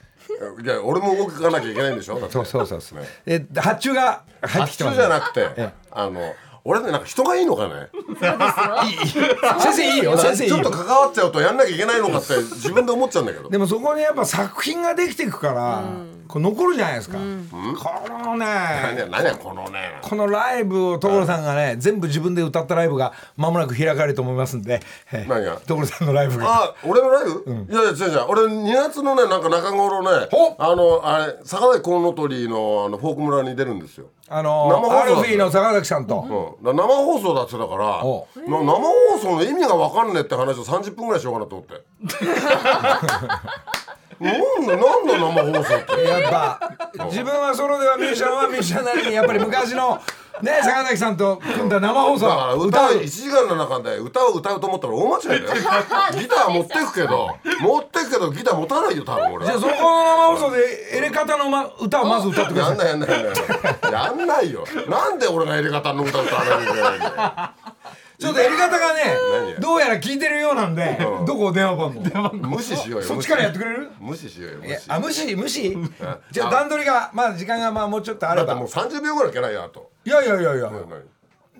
Speaker 3: いや俺も動かなきゃいけないんでしょだって
Speaker 2: そうそうそうそう、え発注が入ってきてます
Speaker 3: 発注じゃなくてあの俺ねなんか人がいいのかね
Speaker 2: 先生いいよ先生いい
Speaker 3: ち
Speaker 2: よ
Speaker 3: ょっと関わっちゃうとやんなきゃいけないのか って自分で思っちゃうんだけど
Speaker 2: でもそこにやっぱ作品ができていくから、こう残るじゃないですか、この
Speaker 3: 何
Speaker 2: ね
Speaker 3: や何やこのね
Speaker 2: このライブを所さんがね全部自分で歌ったライブが間もなく開かれると思いますんでえ
Speaker 3: 何が
Speaker 2: 所さんのライブが
Speaker 3: あ俺のライブ、いやいや違う違う俺2月のねなんか中頃ねあのあれ坂崎コウノトリのあのフォーク村に出るんですよ
Speaker 2: あの
Speaker 3: 生放
Speaker 2: アル
Speaker 3: 送
Speaker 2: フィーの坂崎さんと、
Speaker 3: だから生放送だってだからな生放送の意味が分かんねえって話を30分ぐらいしようかなと思って なんだなんだ生放送って
Speaker 2: やっぱ自分はソロではミュージシャンはミュージシャンなりにやっぱり昔のね坂崎さんと組んだ生放
Speaker 3: だから
Speaker 2: 送
Speaker 3: 歌
Speaker 2: う
Speaker 3: 1時間の中で歌を歌うと思ったら大 間違いだよギター持ってくけど持ってくけどギター持たないよ多分俺
Speaker 2: じゃあそこの生放送でエレカタの、ま、歌をまず歌ってくだ
Speaker 3: や
Speaker 2: さ
Speaker 3: ん
Speaker 2: い
Speaker 3: ないやんないやんないやんないよなんで俺がやり方の歌歌わなきゃいけないんだよ
Speaker 2: ちょっとやり方が
Speaker 3: 何
Speaker 2: ね
Speaker 3: や
Speaker 2: どうやら聞いてるようなんで、どこ電話番号
Speaker 3: 無視しようよ
Speaker 2: そっちからやってくれる
Speaker 3: 無視しようよ無
Speaker 2: いや
Speaker 3: 視
Speaker 2: あ無視無視じゃあ段取りがまあ時間がまあもうちょっと
Speaker 3: だ
Speaker 2: あれ
Speaker 3: って
Speaker 2: ば
Speaker 3: もう30秒ぐらいいけないよあと
Speaker 2: いやいやいやいや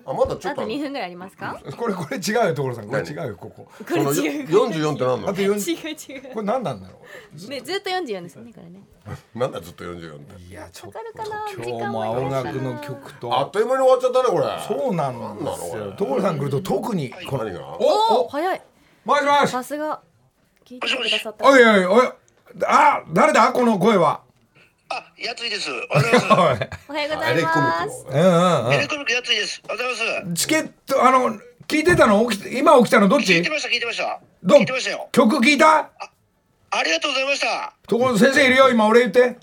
Speaker 3: あまだちょっと
Speaker 5: あと
Speaker 3: ある
Speaker 5: 2分ぐらいありますか
Speaker 2: これこれ違うよ所さんこれ違うよここ
Speaker 5: これ違う
Speaker 3: 44って何な
Speaker 2: あ
Speaker 3: の
Speaker 2: と
Speaker 5: 違う
Speaker 2: 4
Speaker 5: 違う
Speaker 2: これ何なんだろ
Speaker 5: ねずっと44ですよねこれね
Speaker 3: なんだずっと44分
Speaker 2: いやちょっ
Speaker 3: と
Speaker 2: 今日も青学の曲と
Speaker 3: あっという間に終わっちゃったねこれ
Speaker 2: そうなんですよ所さん来ると特にこの
Speaker 5: おお早い
Speaker 2: もしもし
Speaker 5: さすが聞いてくださった
Speaker 2: おいおいおいあ誰だこの声は
Speaker 8: やついです。
Speaker 2: おい
Speaker 5: おはようございます
Speaker 2: うんうんうん
Speaker 8: エレコミックやついです。ありがとうございます。
Speaker 2: チケットあの聞いてたの起きて今起きたのどっち
Speaker 8: 聞いてました聞いてました。
Speaker 2: どう
Speaker 8: 聞いてましたよ。
Speaker 2: 曲聞いた
Speaker 8: ありがとうございました。
Speaker 2: 所先生いるよ今俺言って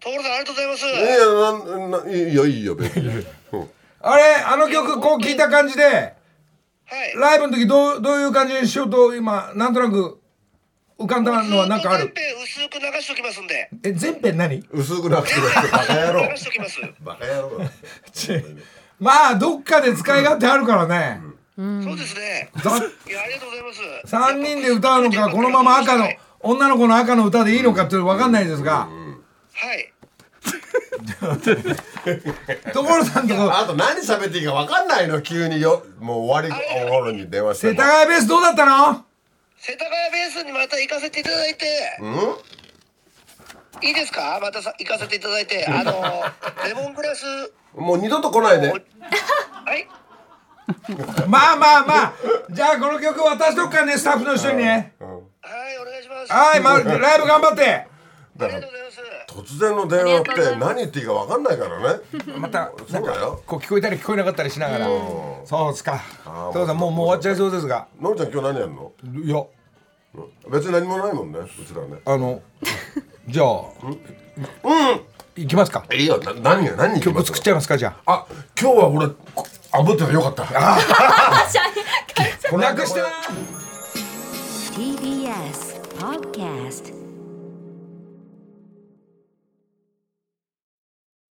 Speaker 8: 所さんありがとうございます。
Speaker 3: いやなんないいよいいよ別 に
Speaker 2: あれあの曲こう聞いた感じで、ライブの時どうどういう感じにしようと今なんとなく浮かんだのは何かある
Speaker 8: 薄く流しておきますんで。
Speaker 2: え全編何
Speaker 3: 薄くなくてバカ野郎
Speaker 8: 流しておきます。
Speaker 3: バカ野郎
Speaker 2: まあどっかで使い勝手あるからね、
Speaker 8: そうですね。いやありがとうございます。
Speaker 2: 3人で歌うのかこのまま赤の女の子の赤の歌でいいのかって分かんないですが、
Speaker 8: はい。
Speaker 2: 所さんとこ
Speaker 3: あと何喋っていいか分かんないの急によもう終わり頃に電話して
Speaker 2: 世田谷ベースどうだったの
Speaker 8: 世田谷ベースにまた行かせていただいて。
Speaker 3: うん
Speaker 8: いいですかまたさ行かせていただいてあのレモングラス
Speaker 3: もう二度と来ないで
Speaker 2: まあまあまあじゃあこの曲渡しとくからねスタッフの人にねはいお願いしますはい、まあ、ライブ頑張って
Speaker 3: だから突然の電話って何言っていいか分かんない からね
Speaker 2: また
Speaker 3: そうだよ
Speaker 2: こう聞こえたり聞こえなかったりしながらそうですか所さんもうもう終わっちゃいそうですが
Speaker 3: のりちゃん今日何やるの
Speaker 2: いや
Speaker 3: 別に何もないもんねうちらね
Speaker 2: あのじゃあうんいきますか
Speaker 3: いいよな何が何
Speaker 2: 曲作っちゃいますかじゃあ
Speaker 3: あ今日は俺こ炙ってたよかったあ
Speaker 1: なくした TBS Podcast